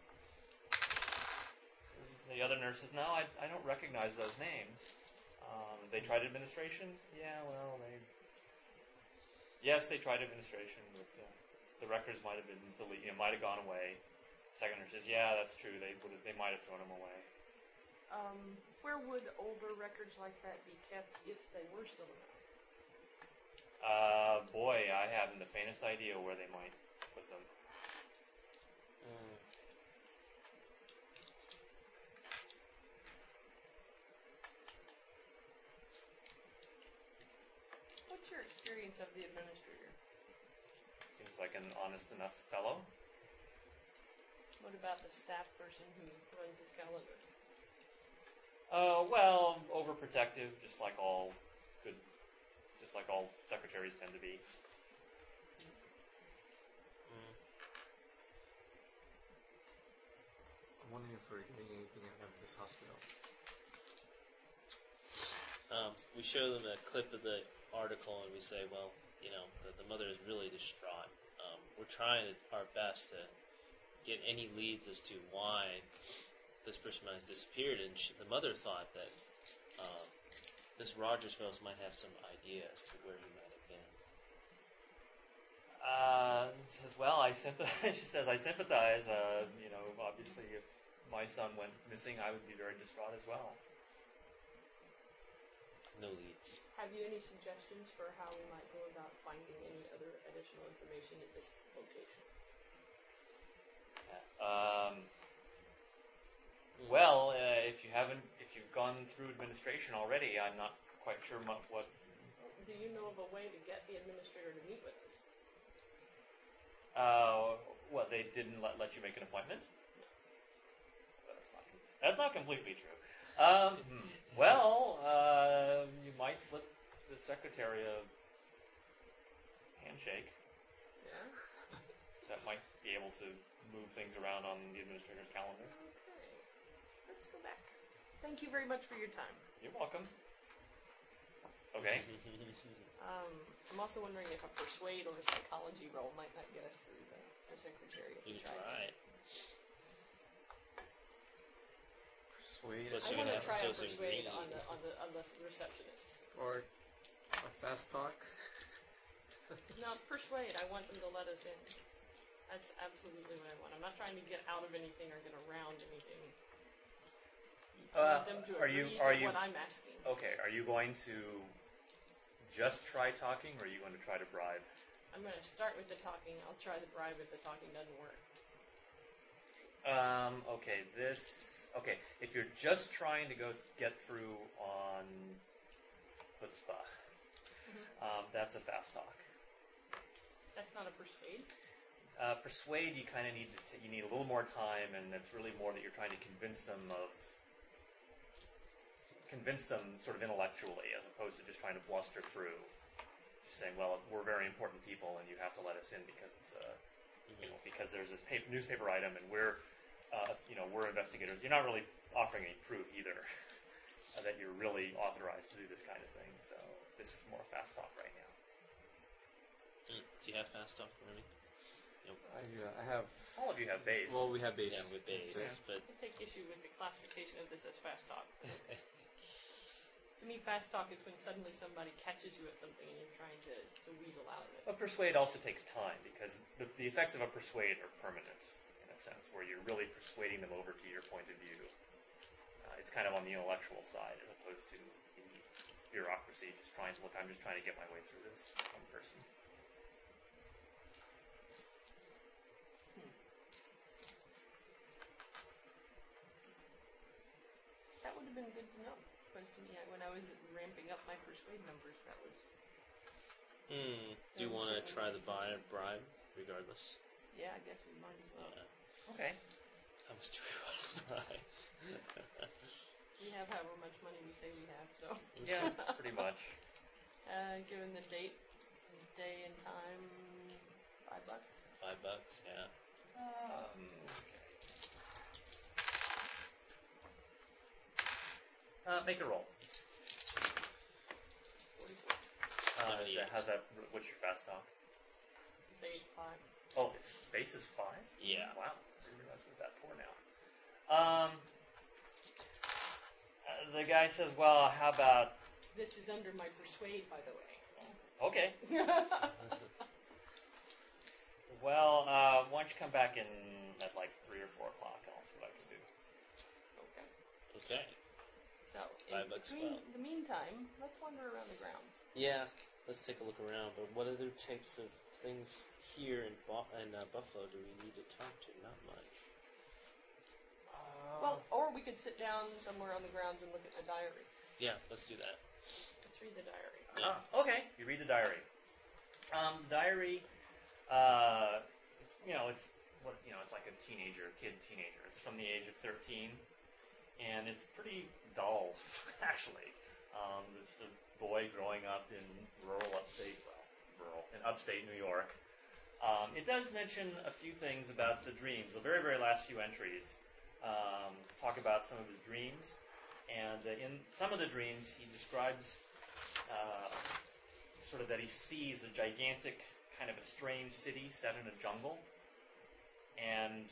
D: So this is- the other nurse says, no, I, I don't recognize those names. Um, they tried administrations? Yeah, well, they... Yes, they tried administration, but uh, the records might have been deleted, you know, might have gone away. Second nurse says, yeah, that's true, they, would have, they might have thrown them away.
C: um, where would older records like that be kept if they were still around?
D: Uh, boy, I haven't the faintest idea where they might put them.
B: Mm.
C: What's your experience of the administrator?
D: Seems like an honest enough fellow.
C: What about the staff person who runs his calendar?
D: Uh, well, overprotective, just like all good, just like all secretaries tend to be.
E: I'm wondering if we're getting anything out of this hospital.
B: Um, we show them a clip of the article and we say, well, you know, the, the mother is really distraught. Um, we're trying our best to get any leads as to why this person might have disappeared. And she, the mother thought that um, this Rogers Mills might have some idea as to where he might have been.
D: Uh, says, well, I sympathize. she says, I sympathize. Uh, you know, obviously, if my son went missing, I would be very distraught as well.
B: No leads.
C: Have you any suggestions for how we might go about finding any other additional information at this location?
D: Um, well, uh, if you haven't, if you've gone through administration already, I'm not quite sure mu- what.
C: Do you know of a way to get the administrator to meet with us?
D: Uh, what they didn't let, let you make an appointment. That's not that's not completely true. Um, hmm. well, uh, you might slip the secretary a handshake.
C: Yeah.
D: that might be able to move things around on the administrator's calendar.
C: Okay. Let's go back. Thank you very much for your time.
D: You're welcome. Okay.
C: Um, I'm also wondering if a persuade or a psychology role might not get us through the, the secretary if
B: You
C: we
B: can
C: try.
B: try it.
E: persuade
B: Plus
C: I
B: you're
C: want
B: gonna
C: to
B: have
C: try and
B: associate
C: persuade
B: read.
C: on the, on the on the receptionist.
E: or a fast talk.
C: No, persuade. I want them to let us in. That's absolutely what I want. I'm not trying to get out of anything or get around anything. I
D: Uh,
C: want them to
D: are you
C: agree
D: are
C: to
D: you
C: what I'm asking.
D: okay? Are you going to just try talking, or are you going to try to bribe?
C: I'm going to start with the talking. I'll try the bribe if the talking doesn't work.
D: Um, okay, this. Okay, if you're just trying to go th- get through on chutzpah,
C: Mm-hmm.
D: um, that's a fast talk.
C: That's not a persuade.
D: Uh, persuade, you kind of need to. T- you need a little more time, and it's really more that you're trying to convince them of. Convince them sort of intellectually, as opposed to just trying to bluster through, just saying, "Well, we're very important people, and you have to let us in because it's a." you know, because there's this paper, newspaper item, and we're, uh, you know, we're investigators. You're not really offering any proof either uh, that you're really authorized to do this kind of thing. So this is more fast talk right now.
B: Mm. Do you have fast talk, Remy?
E: I, uh, I have.
D: All of you have base.
E: Well, we have base.
B: Yeah, with base,
E: So-
B: but
C: I take issue with the classification of this as fast talk. to me, fast talk is when suddenly somebody catches you at something and you're trying to, to weasel out of it.
D: but persuade also takes time because the, the effects of a persuade are permanent in a sense, where you're really persuading them over to your point of view. Uh, it's kind of on the intellectual side as opposed to the bureaucracy. Just trying to look. I'm just trying to get my way through this one person.
C: That would have been good to know. Because to me, I, when I was ramping up my persuade numbers, that was.
B: Hmm. do you
C: That was
B: want to
C: certainly
B: try the
C: intentional.
B: bribe, bribe regardless?
C: Yeah, I guess we might as well.
B: Yeah.
D: Okay.
B: How much do we want to bribe?
C: We have however much money we say we have, so.
D: Yeah, pretty much.
C: Uh, given the date, day and time, five bucks.
B: Five bucks. Yeah.
D: Um, uh, make a roll. Uh,
C: 44.
D: is that,
B: Seventy-eight.
D: how's that? What's your fast talk?
C: Days five.
D: Oh, it's base is five.
B: Yeah.
D: Wow. I didn't realize it was that poor now. Um, uh, the guy says, "Well, how about
C: This is under my persuade, by the way.
D: okay? Well, uh, why don't you come back in at like three or four o'clock, and I'll see what I can do."
C: Okay.
B: Okay.
C: So, in
B: Five bucks a
C: between
B: pop.
C: the meantime, let's wander around the grounds.
B: Yeah. Let's take a look around. But what other types of things here in Bo- in uh, Buffalo do we need to talk to? Not much.
C: Well, or we could sit down somewhere on the grounds and look at the diary.
B: Yeah. Let's do that.
C: Let's read the diary.
D: Ah, okay. You read the diary. Um, the diary, uh, it's, you know, it's what you know, it's like a teenager, kid teenager. It's from the age of thirteen, and it's pretty dull, actually. Um, it's the boy growing up in rural upstate, well, rural in upstate New York. Um, it does mention a few things about the dreams. The very, very last few entries um, talk about some of his dreams, and uh, in some of the dreams, he describes uh, sort of that he sees a gigantic, kind of a strange city set in a jungle. And,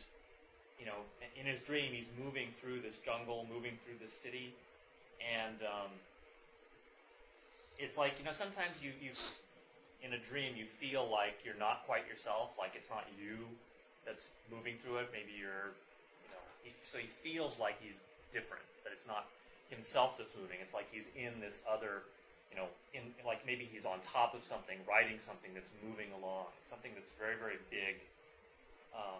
D: you know, in his dream, he's moving through this jungle, moving through this city. And um, it's like, you know, sometimes you, you, in a dream, you feel like you're not quite yourself, like it's not you that's moving through it. Maybe you're, you know, he, so he feels like he's different, that it's not himself that's moving. It's like he's in this other, you know, in like maybe he's on top of something, riding something that's moving along, something that's very, very big, um,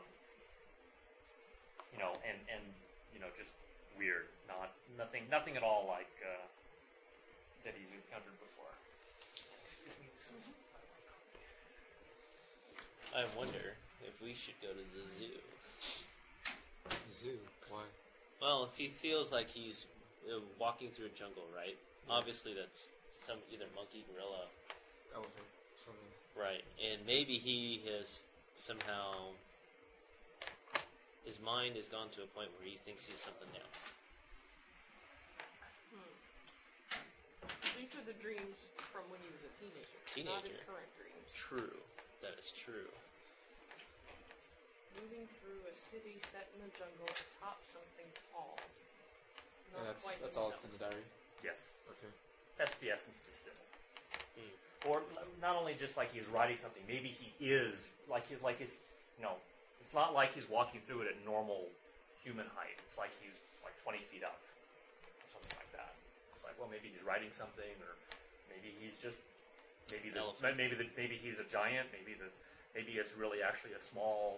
D: you know, and and you know, just weird, not nothing, nothing at all like uh, that he's encountered before. Excuse me, this is.
B: I wonder if we should go to the zoo.
E: zoo. Why?
B: Well, if he feels like he's uh, walking through a jungle, right? Obviously, that's some either monkey, gorilla,
E: Elephant. Something.
B: Right, and maybe he has somehow his mind has gone to a point where he thinks he's something else.
C: These are the dreams from when he was a teenager, not his
B: Teenager.
C: current dreams.
B: True, that is true.
C: Moving through a city set in the jungle atop something tall. Not
E: and that's
C: quite
E: that's all it's in
C: himself.
E: the diary.
D: Yes,
E: Okay.
D: that's the essence distilled. Or l- not only just like he's writing something, maybe he is like he's like his. No, it's not like he's walking through it at normal human height. It's like he's like 20 feet up or something like that. It's like well, maybe he's writing something, or maybe he's just maybe the,
B: Elephant.
D: maybe the, maybe he's a giant. Maybe the maybe it's really actually a small.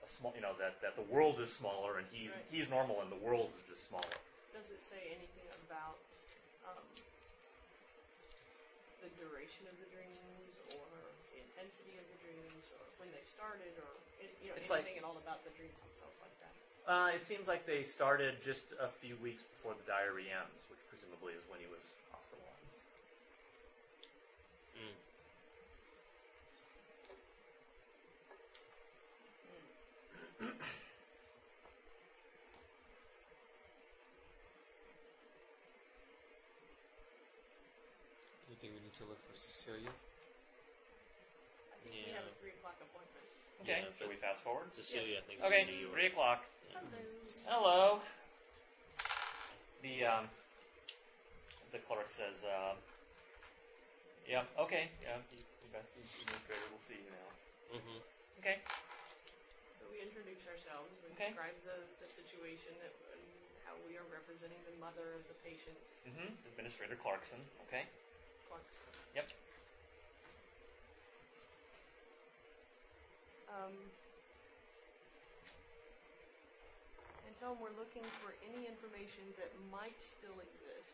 D: A small, you know that, that the world is smaller and he's
C: Right.
D: he's normal and the world is just smaller.
C: Does it say anything about um, the duration of the dreams or the intensity of the dreams or when they started or any- you know,
D: It's like-
C: anything at all about the dreams themselves like that?
D: Uh, it seems like they started just a few weeks before the diary ends, which presumably is when he was hospitalized.
E: Do you think we need to look for Cecilia?
C: I think we have a
B: Yeah.
C: 3 o'clock appointment.
D: Okay,
B: Yeah,
D: shall
B: but-
D: we fast forward?
B: Cecilia, I think. is
D: Okay,
B: in New York.
D: three o'clock.
C: Hello.
D: Hello. The um, the clerk says, um, "Yeah, okay, yeah, you, you bet, the administrator will see you now."
B: Mhm.
D: Okay.
C: So we introduce ourselves. We
D: Okay.
C: describe the, the situation that, and how we are representing the mother of the patient,
D: Mm-hmm. Administrator Clarkson. Okay.
C: Clarkson.
D: Yep.
C: Um, and tell them we're looking for any information that might still exist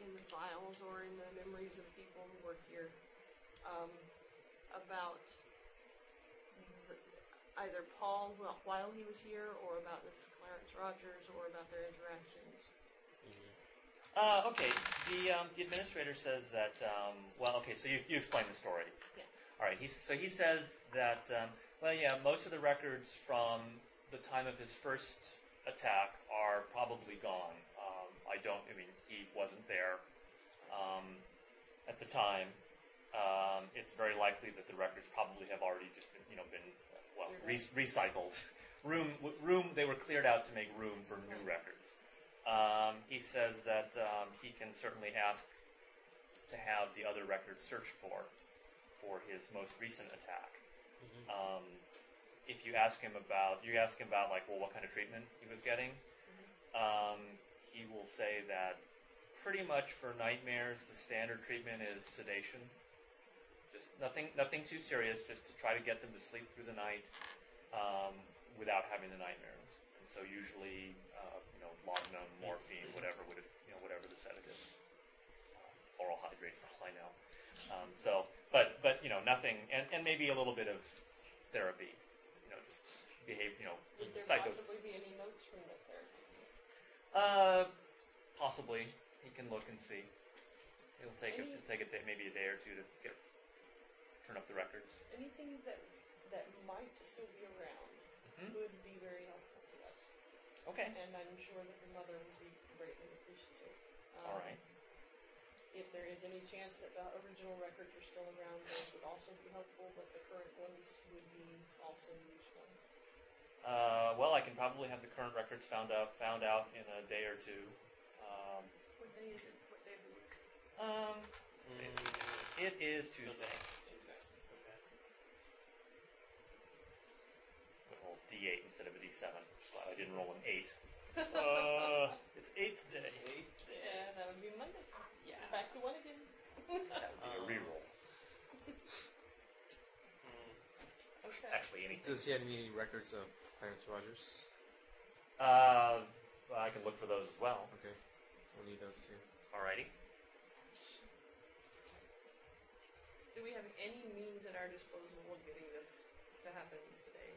C: in the files or in the memories of people who work here um, about the, either Paul wh- while he was here or about this Clarence Rogers or about their interactions.
B: Mm-hmm.
D: Uh, okay. The um, the administrator says that. Um, well, okay. So you you explain the story.
C: Yeah.
D: All right. He, so he says that. Um, well, yeah. Most of the records from the time of his first attack are probably gone. Um, I don't. I mean, he wasn't there um, at the time. Um, it's very likely that the records probably have already just been, you know, been uh, well re- recycled. Room, w- room. They were cleared out to make room for new records. Um, he says that um, he can certainly ask to have the other records searched for for his most recent attack. Um, if you ask him about, you ask him about like, well, what kind of treatment he was getting. Um, he will say that pretty much for nightmares, the standard treatment is sedation. Just nothing, nothing too serious. Just to try to get them to sleep through the night um, without having the nightmares. And so usually, uh, you know, laudanum, morphine, whatever would have, you know, whatever the sedative, uh, oral hydrate for all I know. Um, so, but but you know, nothing, and, and maybe a little bit of therapy. You know, just behave. You know,
C: Would there
D: psycho.
C: possibly be any notes from that therapy?
D: Uh, possibly. He can look and see. It'll take a,
C: Any-
D: it'll take a day, maybe a day or two to get turn up the records.
C: Anything that that might still be around
D: Mhm.
C: would be very helpful to us,
D: Okay.
C: and I'm sure that your mother would be greatly appreciative. Um,
D: All right.
C: If there is any chance that the original records are still around, those would also be helpful, but the current ones would be also useful.
D: Uh, well, I can probably have the current records found out found out in a day or two. Um,
C: What day is it? What day of the week?
D: um,
B: Mm,
D: it is Tuesday.
C: Tuesday. Okay.
D: I rolled D8 instead of a D7. Just glad I didn't roll an eight. uh, it's eighth day.
C: Yeah, that would be Monday.
B: Yeah. Um,
C: Back to one again.
D: That would be a reroll.
B: Mm-hmm.
C: Okay.
D: Actually, anything.
E: Does he have any records of Clarence Rogers?
D: Uh, well, I can look for those as well.
E: Okay. We'll need those too.
D: Alrighty.
C: Do we have any means at our disposal of getting this to happen today?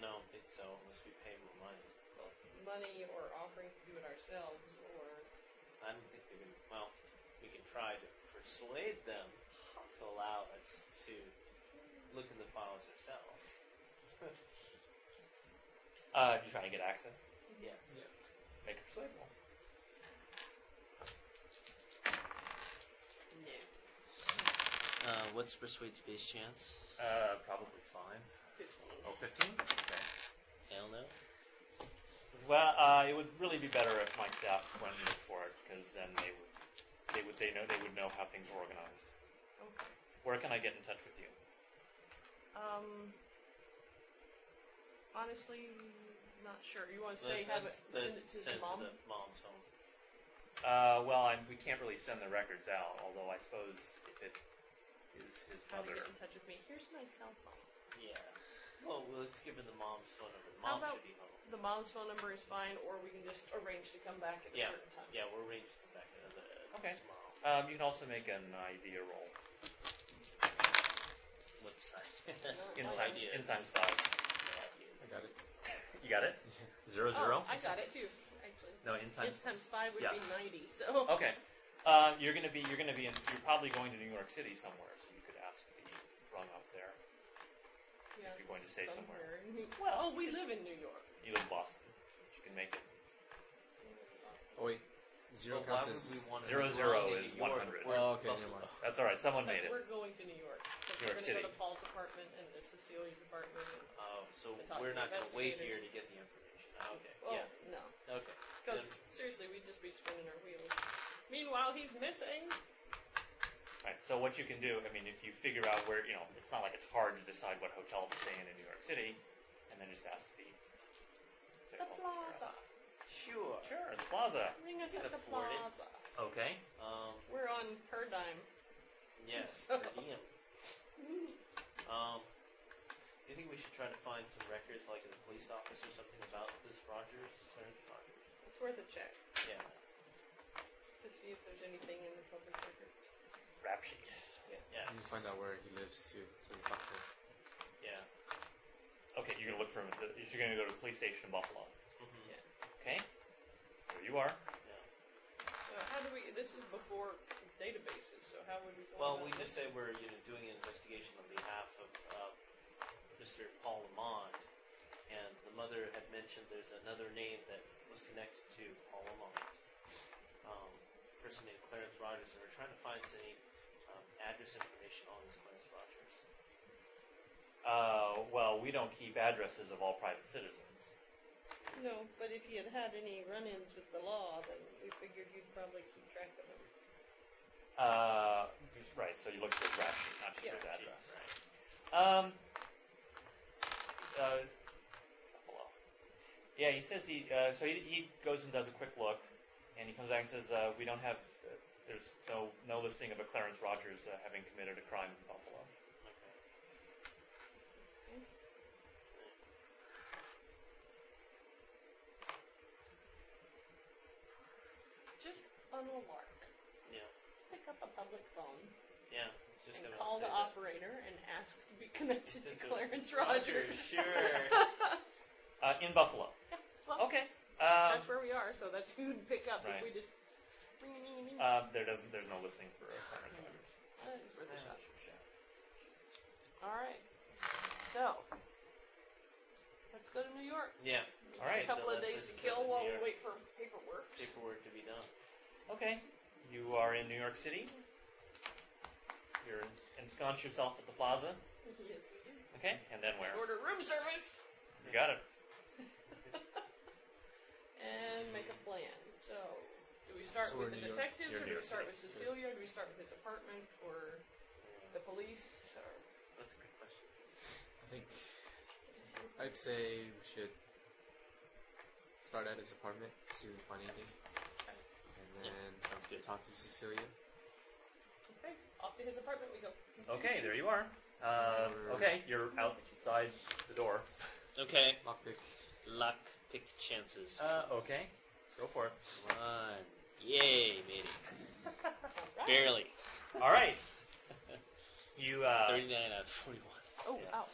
B: No, I don't think so. Unless we pay more money.
C: Well, money or offering to do it ourselves or
B: I don't think they're going to. Well, we can try to persuade them to allow us to look in the files ourselves.
D: Uh, you trying to get access?
B: yes.
D: Make a persuade roll.
C: no.
B: Uh, what's persuade space chance?
D: Uh, probably five.
C: Fifteen.
D: Oh, 15? Okay.
B: Hell no.
D: Says, well, uh, it would really be better if my staff went and looked for it because then they would they would they know they would know how things were organized.
C: Okay.
D: Where can I get in touch with you?
C: Um. Honestly, not sure. You want to say
B: That-
C: have it
B: that's- that
C: send it to
B: sends
C: the mom?
B: the mom's home.
D: Uh, well, i we can't really send the records out, although I suppose if it is his
C: How to
D: mother.
C: get in touch with me? Here's my cell phone.
B: Yeah. Well, well, let's give her the mom's phone number. The
C: How
B: Mom
C: about-
B: should be home.
C: The mom's phone number is fine, or we can just arrange to come back at a
B: Yeah.
C: certain time.
B: Yeah, we're arranged to come back another, uh,
D: Okay.
B: tomorrow.
D: Um, you can also make an idea roll.
B: What size?
D: In,
C: Nice.
D: times, in times five.
E: I got it.
D: You got it?
F: Zero
C: Oh,
F: zero.
C: I got it too. Actually,
D: No, in times.
C: it's times five would
D: yeah. Oh.
C: be ninety. So
D: Okay. Uh, you're gonna be. You're gonna be. In, you're probably going to New York City somewhere, so you could ask to be rung up there.
C: yeah,
D: if you're going to stay somewhere.
C: in New- Well, we live in New York.
D: You live in Boston. If you can make it.
E: Oh wait, zero
F: But
E: counts
F: why
E: as.
F: would we want
D: Zero,
F: to
D: zero
F: run in
D: is
F: New York if
D: 100.
F: we're in
E: Oh, okay, never
F: Buffalo?
E: mind.
D: That's all right. Someone made it.
C: Because we're going to New York.
D: New
C: Because
D: York
C: we're going to
D: City.
C: go to Paul's apartment and to Cecilia's apartment. and-
B: Oh, so
C: I thought
B: we're
C: you
B: not going to wait
C: investigated.
B: here to get the information. Ah, okay.
C: Well,
B: yeah.
C: Oh, no.
B: Okay.
C: Because
B: Then-
C: seriously, we'd just be spinning our wheels. Meanwhile, he's missing.
D: Right, so what you can do, I mean, if you figure out where, you know, it's not like it's hard to decide what hotel to stay in in New York City, and then just ask to be. say,
C: The
D: "Well,
C: plaza.
B: Sure.
D: Sure, the plaza.
C: Ring us
B: can
C: at the
B: afford it.
C: plaza.
F: Okay.
B: Um,
C: We're on her dime.
B: yes.
C: So-
B: per diem. Um, do you think we should try to find some records, like in the police office or something, about this Rogers? Clarence Rogers?
C: It's worth a check
B: Yeah.
C: to see if there's anything in the public record.
D: Rap sheet.
B: Yeah.
E: You can find out where he lives too. So we talk to him.
B: Yeah.
D: Okay, you're going to look for him. at the- You're going to go to the police station in Buffalo.
B: Mhm.
D: Okay? There you are.
B: yeah.
C: So how do we? This is before databases. So how would we? Go
B: Well,
C: about
B: we
C: this?
B: just say we're you know doing an investigation on behalf of uh, Mr. Paul Lamont, and the mother had mentioned there's another name that was connected to Paul Lamont, um, a person named Clarence Rogers, and we're trying to find any um, address information on this Clarence Rogers.
D: Uh, well, we don't keep addresses of all private citizens.
C: No, but if you had had any run-ins with the law, then we figured you'd probably keep track of them.
D: Uh, right, so you look for his rap sheet, not just
C: Yeah,
D: for his
C: rap
D: address.
B: Right.
D: Um. Uh, Buffalo. Yeah, he says he. Uh, so he, he goes and does a quick look, and he comes back and says, uh, "We don't have. Uh, there's no no listing of a Clarence Rogers uh, having committed a crime in Buffalo."
B: Okay.
C: Just on a lark,
B: Yeah.
C: let's pick up a public phone
B: Yeah. I was just
C: and
B: gonna
C: call
B: say
C: the
B: that.
C: operator and ask to be connected to
B: To- to
C: Clarence Rogers.
B: Sure.
D: Uh, in Buffalo.
C: Well,
D: Okay. Um,
C: Oh. That's where we are, so that's who would pick up
D: Right.
C: if we just. Ring a ding a
D: uh, there doesn't. There's no listing for a Clarence Rogers.
C: That is worth a shot.
B: Sure.
C: All right. So, let's go to New York.
B: Yeah.
D: All right.
C: A couple of
B: let's
C: days to
B: visit
C: kill
B: New
C: while we
B: York.
C: wait for paperwork.
B: Paperwork to be done.
D: Okay. You are in New York City. You're ensconce yourself at the plaza.
C: yes, we do.
D: Okay. And then where?
C: Order room service.
D: You got it.
C: and make a plan. So, do we start
E: So we're
C: with the
E: New York-
C: detectives,
D: you're
C: or
D: New
C: do
D: York
C: we start with Cecilia, or do we start with his apartment, or the police, or
B: That's a good question.
E: I think I'd say we should start at his apartment, see if we find anything, and then sounds good. Talk to Cecilia.
C: okay, off to his apartment we go.
D: Okay, there you are. Uh, okay, you're outside the door.
B: Okay.
E: Lockpick.
B: Luck pick chances.
D: Uh, okay, go for it.
B: Come on. Yay, made it.
C: Alright.
B: Barely.
D: All right. You uh,
B: 39 out of 41.
C: Oh,
D: Yes.
C: wow.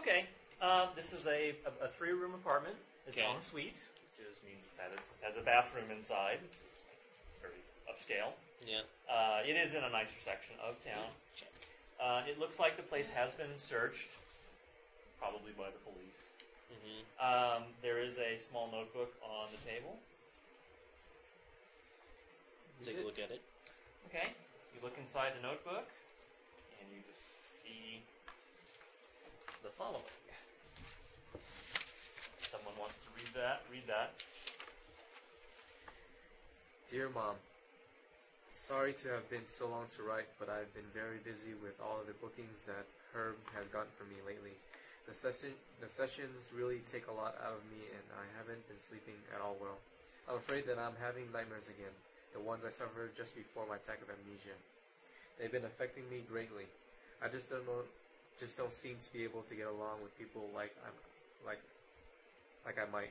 D: okay? Uh, this is a, a, a three-room apartment. It's
B: Okay.
D: en suite, which is, means it has, a- it has a bathroom inside. which is Very upscale.
B: Yeah.
D: Uh, it is in a nicer section of town.
B: Check.
D: Uh, it looks like the place has been searched, probably by the police.
B: Mm-hmm.
D: Um, there is a small notebook on the table.
B: Take a look at it.
D: Okay. You look inside the notebook, and you see the following. Someone wants to read that, read that.
E: Dear Mom, sorry to have been so long to write, but I've been very busy with all of the bookings that Herb has gotten for me lately. The, session, the sessions really take a lot out of me, and I haven't been sleeping at all well. I'm afraid that I'm having nightmares again, the ones I suffered just before my attack of amnesia. They've been affecting me greatly. I just don't know, just don't seem to be able to get along with people like I'm, like, like I might.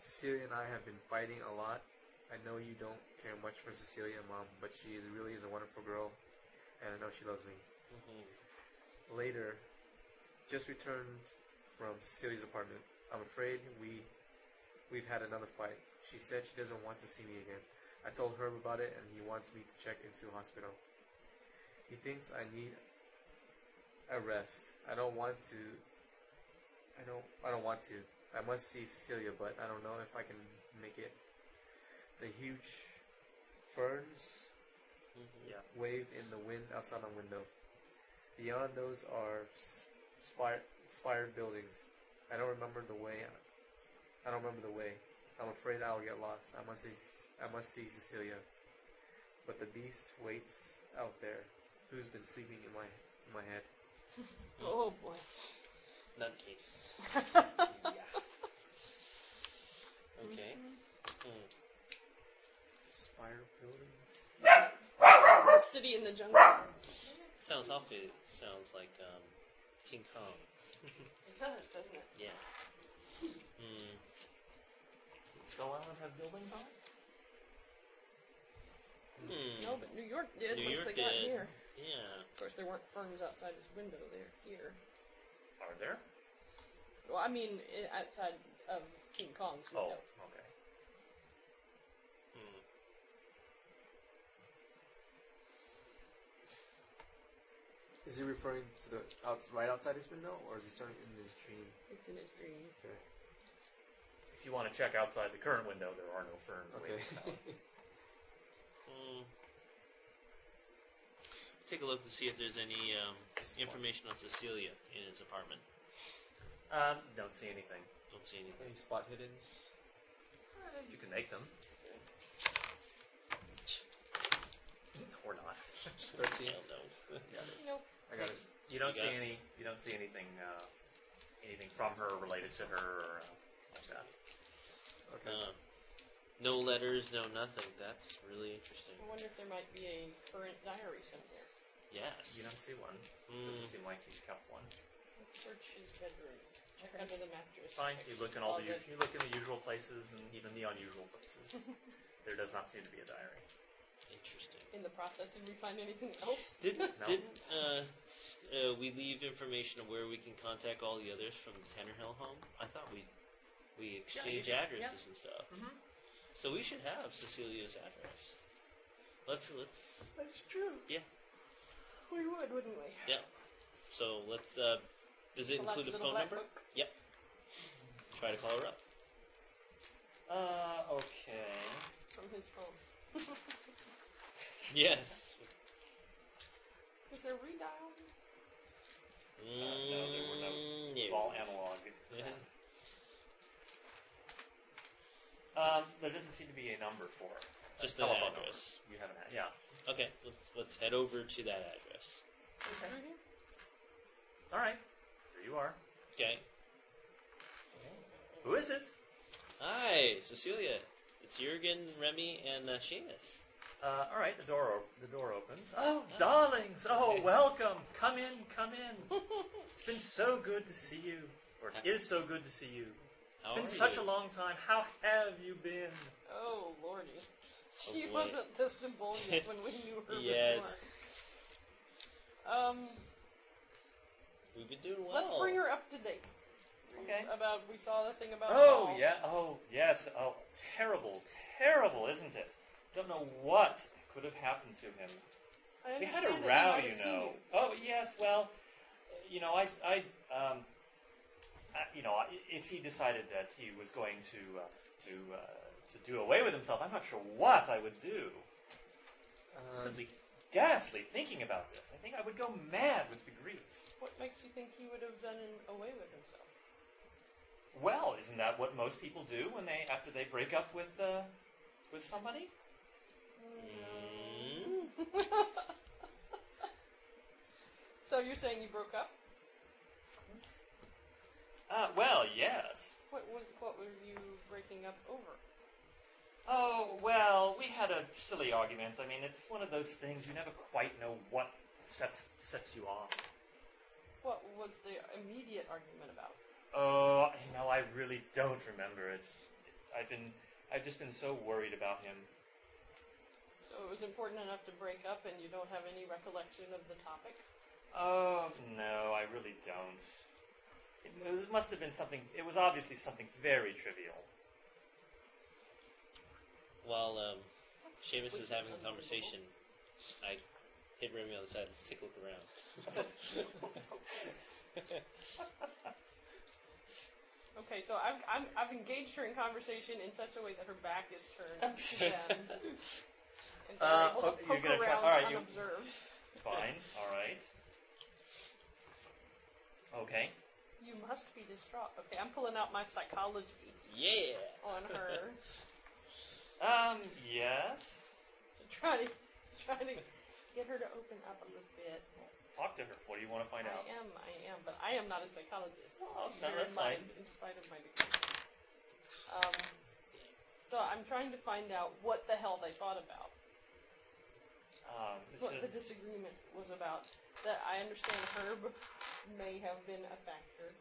E: Cecilia and I have been fighting a lot, I know you don't care much for Cecilia, Mom, but she is really is a wonderful girl, and I know she loves me.
B: Mm-hmm.
E: Later, just returned from Cecilia's apartment. I'm afraid we we've had another fight. She said she doesn't want to see me again. I told Herb about it, and he wants me to check into hospital. He thinks I need a rest. I don't want to. I don't. I don't want to. I must see Cecilia, but I don't know if I can make it. The huge ferns
B: Mm-hmm.
D: Yeah.
E: wave in the wind outside my window. Beyond those are s- spire, spired buildings. I don't remember the way. I don't remember the way. I'm afraid I'll get lost. I must see. C- I must see Cecilia. But the beast waits out there. Who's been sleeping in my in my head?
C: Oh boy.
B: Nutcase. Okay. Hmm.
E: Spire buildings.
C: The city in the jungle.
B: Sounds awfully. Sounds like um, King Kong.
C: It does, doesn't it?
B: Yeah. Hmm.
D: Does Skull Island have buildings on it?
B: Hmm.
C: No, but New York did
B: New
C: once
B: York
C: they got
B: did.
C: here.
B: Yeah.
C: Of course, there weren't ferns outside his window. They're here.
D: Are there?
C: Well, I mean, i- outside of King Kong's
D: Oh,
C: window.
D: okay.
B: Hmm.
E: Is he referring to the out, right outside his window, or is he starting in his dream?
B: Oh.
C: It's in his dream.
E: Okay.
D: If you want to check outside the current window, there are no ferns.
E: Okay.
D: waving out.
B: Hmm. Take a look to see if there's any um, information on Cecilia in his apartment.
D: um, don't see anything.
B: Don't see anything.
E: Any spot hiddens?
D: Eh, you can make them. or not.
E: Thirteen.
B: Hell no.
C: Nope.
E: I got it.
D: You don't
B: You
D: see
B: got it.
D: any. You don't see anything. Uh, anything from her related to her or uh, like that.
E: Okay.
B: Um, no letters, no nothing. That's really interesting.
C: I wonder if there might be a current diary somewhere.
B: Yes.
D: You don't see one.
B: Hmm.
D: Doesn't seem like he's kept one.
C: Let's search his bedroom. Check under the mattress.
D: Fine.
C: Check
D: You look in all the
C: closet.
D: us- you look in the usual places and even the unusual places. there does not seem to be a diary.
B: Interesting.
C: In the process, did we find anything else?
B: Didn't
D: No.
B: didn't uh, uh, we leave information of where we can contact all the others from the Tanner Hill home? I thought we we exchange
D: should- yeah.
B: addresses and stuff. So we should have Cecilia's address. Let's let's
C: That's true.
B: Yeah.
C: We would, wouldn't we?
B: yeah. So let's. Uh, does it
C: Well, that's
B: include a
C: little
B: phone
C: black
B: number?
C: book.
B: Yep. Try to call her up.
D: Uh, okay.
C: From his phone.
B: Yes.
C: Is there redial?
D: Uh, no, there were no-
B: Mm,
D: It's
B: no.
D: all analog.
B: Yeah.
D: Um, there doesn't seem to be a number for it. A
B: Just an
D: telephone
B: address.
D: Number. You haven't had, yeah.
B: Okay, let's let's head over to that address.
C: Through here?
D: All right, there you are.
B: Okay.
D: Who is it?
B: Hi, Cecilia. It's Jurgen, Remy, and uh, Seamus.
D: Uh, all right, the door o- the door opens. Oh, darlings! Oh, welcome! Come in, come in. it's been so good to see you, or it is so good to see you. It's
B: How
D: been
B: are
D: such
B: you?
D: a long time. How have you been?
C: Oh, lordy. She
B: boy.
C: wasn't this ebullient when we knew her
B: Yes.
C: before. Um,
B: We've been doing well.
C: let's bring her up to date.
D: Okay.
C: About we saw the thing about.
D: Oh
C: Paul.
D: yeah. Oh yes. Oh, terrible, terrible, isn't it? Don't know what could have happened to him.
C: I
D: We had
C: understand
D: a
C: that he
D: row,
C: might
D: you
C: have seen
D: know. Oh yes, well, you know, I, I, um, I, you know, I- if he decided that he was going to uh, to uh, to do away with himself, I'm not sure what I would do.
E: Um,
D: Simply ghastly thinking about this. I think I would go mad with the grief.
C: What makes you think he would have done an away with himself?
D: Well, isn't that what most people do when they after they break up with uh, with somebody?
B: Mm.
D: Mm-hmm.
C: So you're saying you broke up?
D: Uh, well, yes.
C: What was what were you breaking up over?
D: Oh, well, we had a silly argument. I mean, it's one of those things you never quite know what sets sets you off.
C: What was the immediate argument about?
D: Oh, you know, I really don't remember. It's, it's I've been I've just been so worried about him.
C: So it was important enough to break up, and you don't have any recollection of the topic.
D: Oh, no, I really don't. It, was- it must have been something it was obviously something very trivial.
B: While um,
C: That's
B: Seamus is
C: completely
B: having a
C: unbelievable.
B: conversation, I hit Remy on the side. Let's take a look around.
C: Okay, so I've, I'm, I've engaged her in conversation in such a way that her back is turned to them. And so
D: Uh,
C: I'm able to
D: okay, you're
C: poke
D: gonna try-
C: around
D: alright, you-
C: unobserved.
D: Fine, all right. Okay.
C: You... must be distraught. Okay, I'm pulling out my psychology
B: Yeah.
C: on her
D: Um, yes.
C: to try to, try to get her to open up a little bit.
D: Talk to her. What do you want to find
C: I
D: out?
C: am, I am, but I am not a psychologist.
D: Oh, no,
C: Bear in
D: that's fine.
C: mind, In spite of my degree. Um, so I'm trying to find out what the hell they fought about.
D: Um, it's
C: what
D: a-
C: the disagreement was about. That I understand Herb may have been a factor.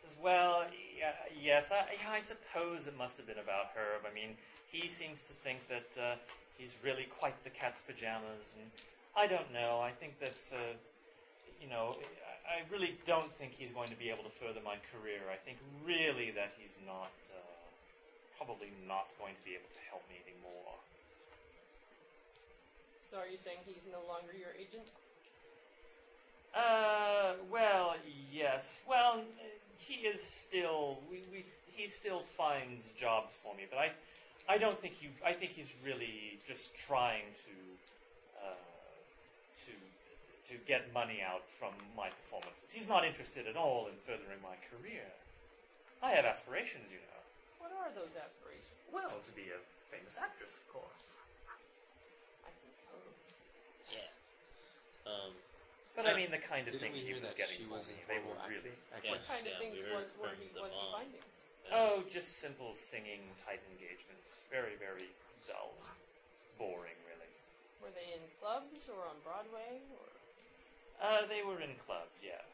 D: Says, Well, yeah, yes, I, yeah, I suppose it must have been about Herb. I mean, he seems to think that uh, he's really quite the cat's pajamas, and I don't know. I think that, uh, you know, I, I really don't think he's going to be able to further my career. I think really that he's not, uh, probably not going to be able to help me anymore.
C: So are you saying he's no longer your agent?
D: Uh, well, yes. Well, uh, he is still. We, we he still finds jobs for me, but I, I don't think you. I think he's really just trying to, uh, to, to get money out from my performances. He's not interested at all in furthering my career. I have aspirations, you know.
C: What are those aspirations?
D: Well, to be a famous actress, of course.
C: I can totally see that.
B: Yeah. Um,
D: But I mean, the kind of
E: Didn't
D: things
E: we
D: he
E: hear
D: was
E: that
D: getting
E: she
D: for
E: was
D: me,
E: in
D: they
E: horrible
D: were really.
B: Yeah.
E: acting?
C: What kind of
B: Yeah,
C: things
B: we were
C: was, were he,
B: from the
C: was he
B: bond.
C: finding?
D: Oh, just simple singing type engagements. Very, very dull. Boring, really.
C: Were they in clubs or on Broadway? Or
D: Uh, they were in clubs, yes.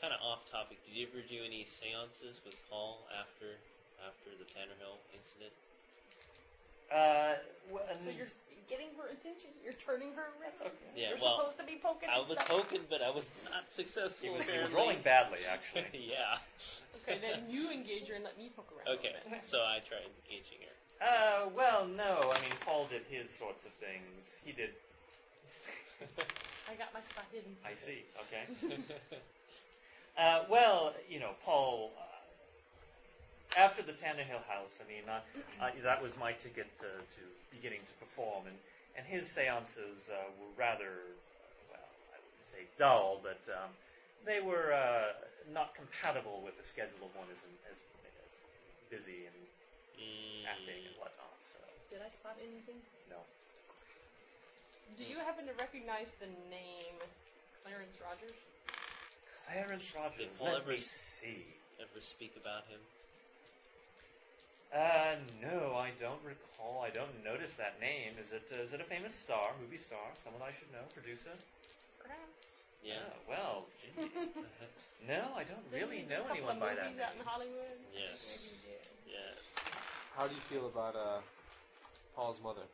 B: kind of off topic. Did you ever do any seances with Paul after after the Tannerhill incident?
D: Uh, w- and
C: so you're getting her attention. You're turning her around.
D: That's okay.
B: Yeah,
C: You're
B: well,
C: supposed to be poking.
B: I
C: and
B: was
C: stuff.
B: poking, but I was not
D: He
B: successful.
D: was, he was
B: apparently.
D: rolling badly, actually.
B: yeah.
C: Okay, then you engage her and let me poke around. a
B: Okay,
C: little bit.
B: so I tried engaging her.
D: uh, well, no. I mean, Paul did his sorts of things. He did.
C: I got my spot hidden.
D: I see. Okay. uh, well, you know, Paul. Uh, after the Tannehill House, I mean, uh, uh, that was my ticket uh, to beginning to perform, and and his seances uh, were rather, uh, well, I wouldn't say dull, but um, they were uh, not compatible with the schedule of one as as, as busy and
B: Mm,
D: acting and whatnot. So
C: Did I spot anything?
D: no.
C: Do you happen to recognize the name Clarence Rogers?
D: Clarence Rogers.
B: Paul
D: Let
B: ever
D: me
B: s-
D: see.
B: Ever speak about him?
D: Uh, no, I don't recall. I don't notice that name. Is it uh, is it a famous star, movie star, someone I should know, producer?
C: Perhaps.
B: Yeah.
D: Oh, well, gee. no, I don't really
C: Didn't he do
D: know
C: a couple
D: anyone
C: of
D: by that
C: movies out
D: name.
C: in Hollywood?
B: Yes.
C: Maybe he did.
B: Yes.
E: How do you feel about uh, Paul's mother?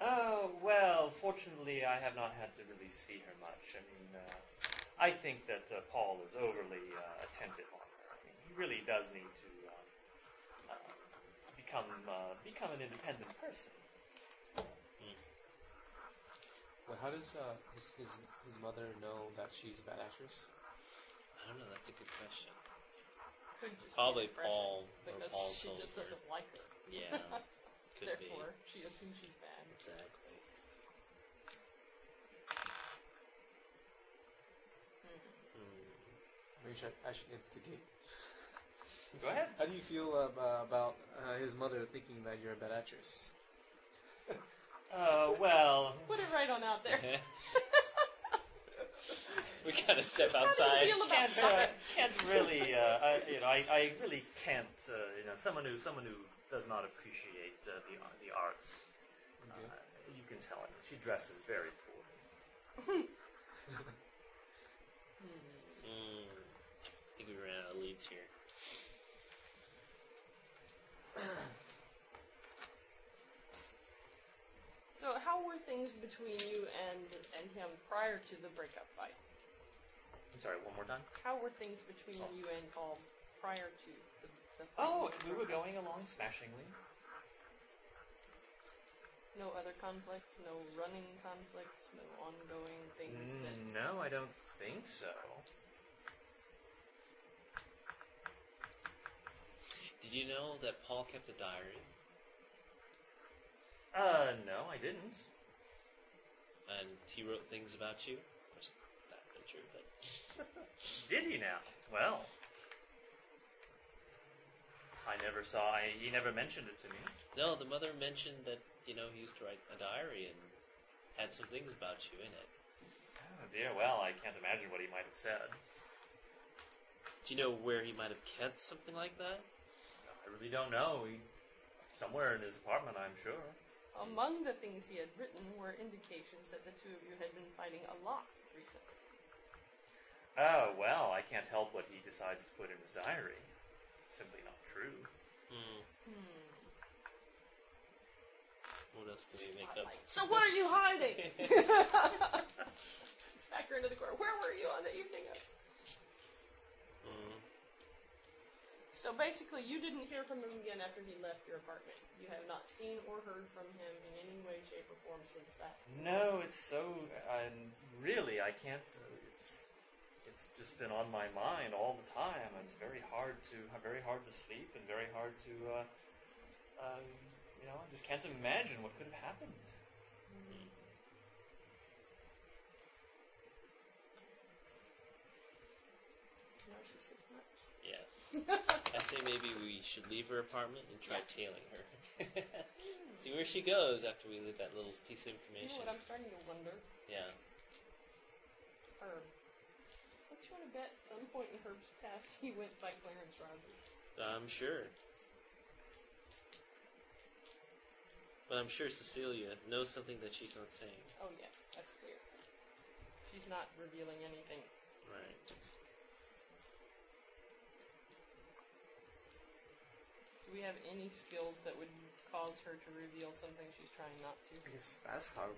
D: Oh well, fortunately, I have not had to really see her much. I mean, uh, I think that uh, Paul is overly uh, attentive on her. I mean, he really does need to uh, uh, become uh, become an independent person.
E: Well, how does uh, his, his his mother know that she's a bad actress?
B: I don't know. That's a good question.
C: Could just be
B: Probably
C: depression,
B: Paul or
C: Because
B: Paul
C: she
B: told
C: just
B: her.
C: doesn't like her.
B: Yeah. Could
C: Therefore,
B: be.
C: she assumes she's bad.
B: Exactly. Hmm.
E: I mean, we should I should instigate.
D: Go ahead.
E: How do you feel ab- uh, about uh, his mother thinking that you're a bad actress?
D: Uh, well,
C: Put it right on out there.
B: we gotta step
C: How do
B: outside.
C: you feel about
D: can't, uh,
C: that?
D: can't really, uh, I, you know, I, I really can't, uh, you know, someone who someone who does not appreciate uh, the ar- the arts. Uh,
E: Okay.
D: you can tell it. She dresses very poorly.
B: Mm, I think we ran out of leads here.
C: So, how were things between you and and him prior to the breakup fight?
D: I'm sorry. One more time.
C: How were things between
D: Oh.
C: you and Paul prior to the, the fight?
D: Oh, we were going along smashingly.
C: No other conflicts, no running conflicts, no ongoing things that.
D: Mm, no, I don't think so.
B: Did you know that Paul kept a diary?
D: Uh, no, I didn't.
B: and he wrote things about you. Of course, not really true, but
D: Did he now? Well, I never saw. I, he never mentioned it to me.
B: no. The mother mentioned that you know he used to write a diary and had some things about you in it.
D: Oh dear. Well, I can't imagine what he might have said.
B: Do you know where he might have kept something like that?
D: I really don't know. He, somewhere in his apartment, I'm sure.
C: Among the things he had written were indications that the two of you had been fighting a lot recently.
D: Oh, well, I can't help what he decides to put in his diary. Simply not true.
B: Hmm. What else can we make up?
C: Spotlight. So, what are you hiding? Back her into the corner. Where were you on the evening of?
B: Mm.
C: So basically, you didn't hear from him again after he left your apartment. You have not seen or heard from him in any way, shape, or form since that.
D: No, it's so. I'm really. I can't. uh, It's. It's just been on my mind all the time. It's very hard to. Very hard to sleep, and very hard to. Uh, um, you know, I just can't imagine what could have happened.
B: hmm.
C: Narcissist much.
B: Yes. I say maybe we should leave her apartment and try tailing her. See where she goes after we leave that little piece of
C: Hmm. You know
B: information.
C: what I'm starting to wonder?
B: yeah.
C: Herb. What you want to bet at some point in Herb's past he went by Clarence Rogers?
B: I'm sure. But I'm sure Cecilia knows something that she's not saying.
C: Oh, yes, that's clear. She's not revealing anything.
B: Right.
C: Do we have any skills that would cause her to reveal something she's trying not to?
E: I guess Uh, fast talk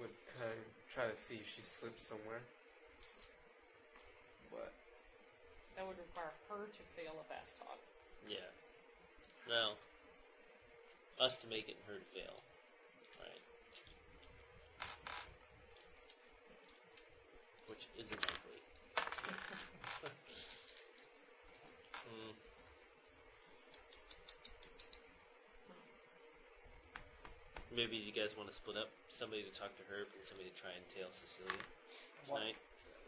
E: would kind of try to see if she slipped somewhere. But
C: That would require her to fail a fast talk.
B: Yeah. Well, us to make it and her to fail. Right. Which isn't likely. Hmm. Maybe you guys want to split up somebody to talk to Herb and somebody to try and tail Cecilia
E: Well-
B: tonight.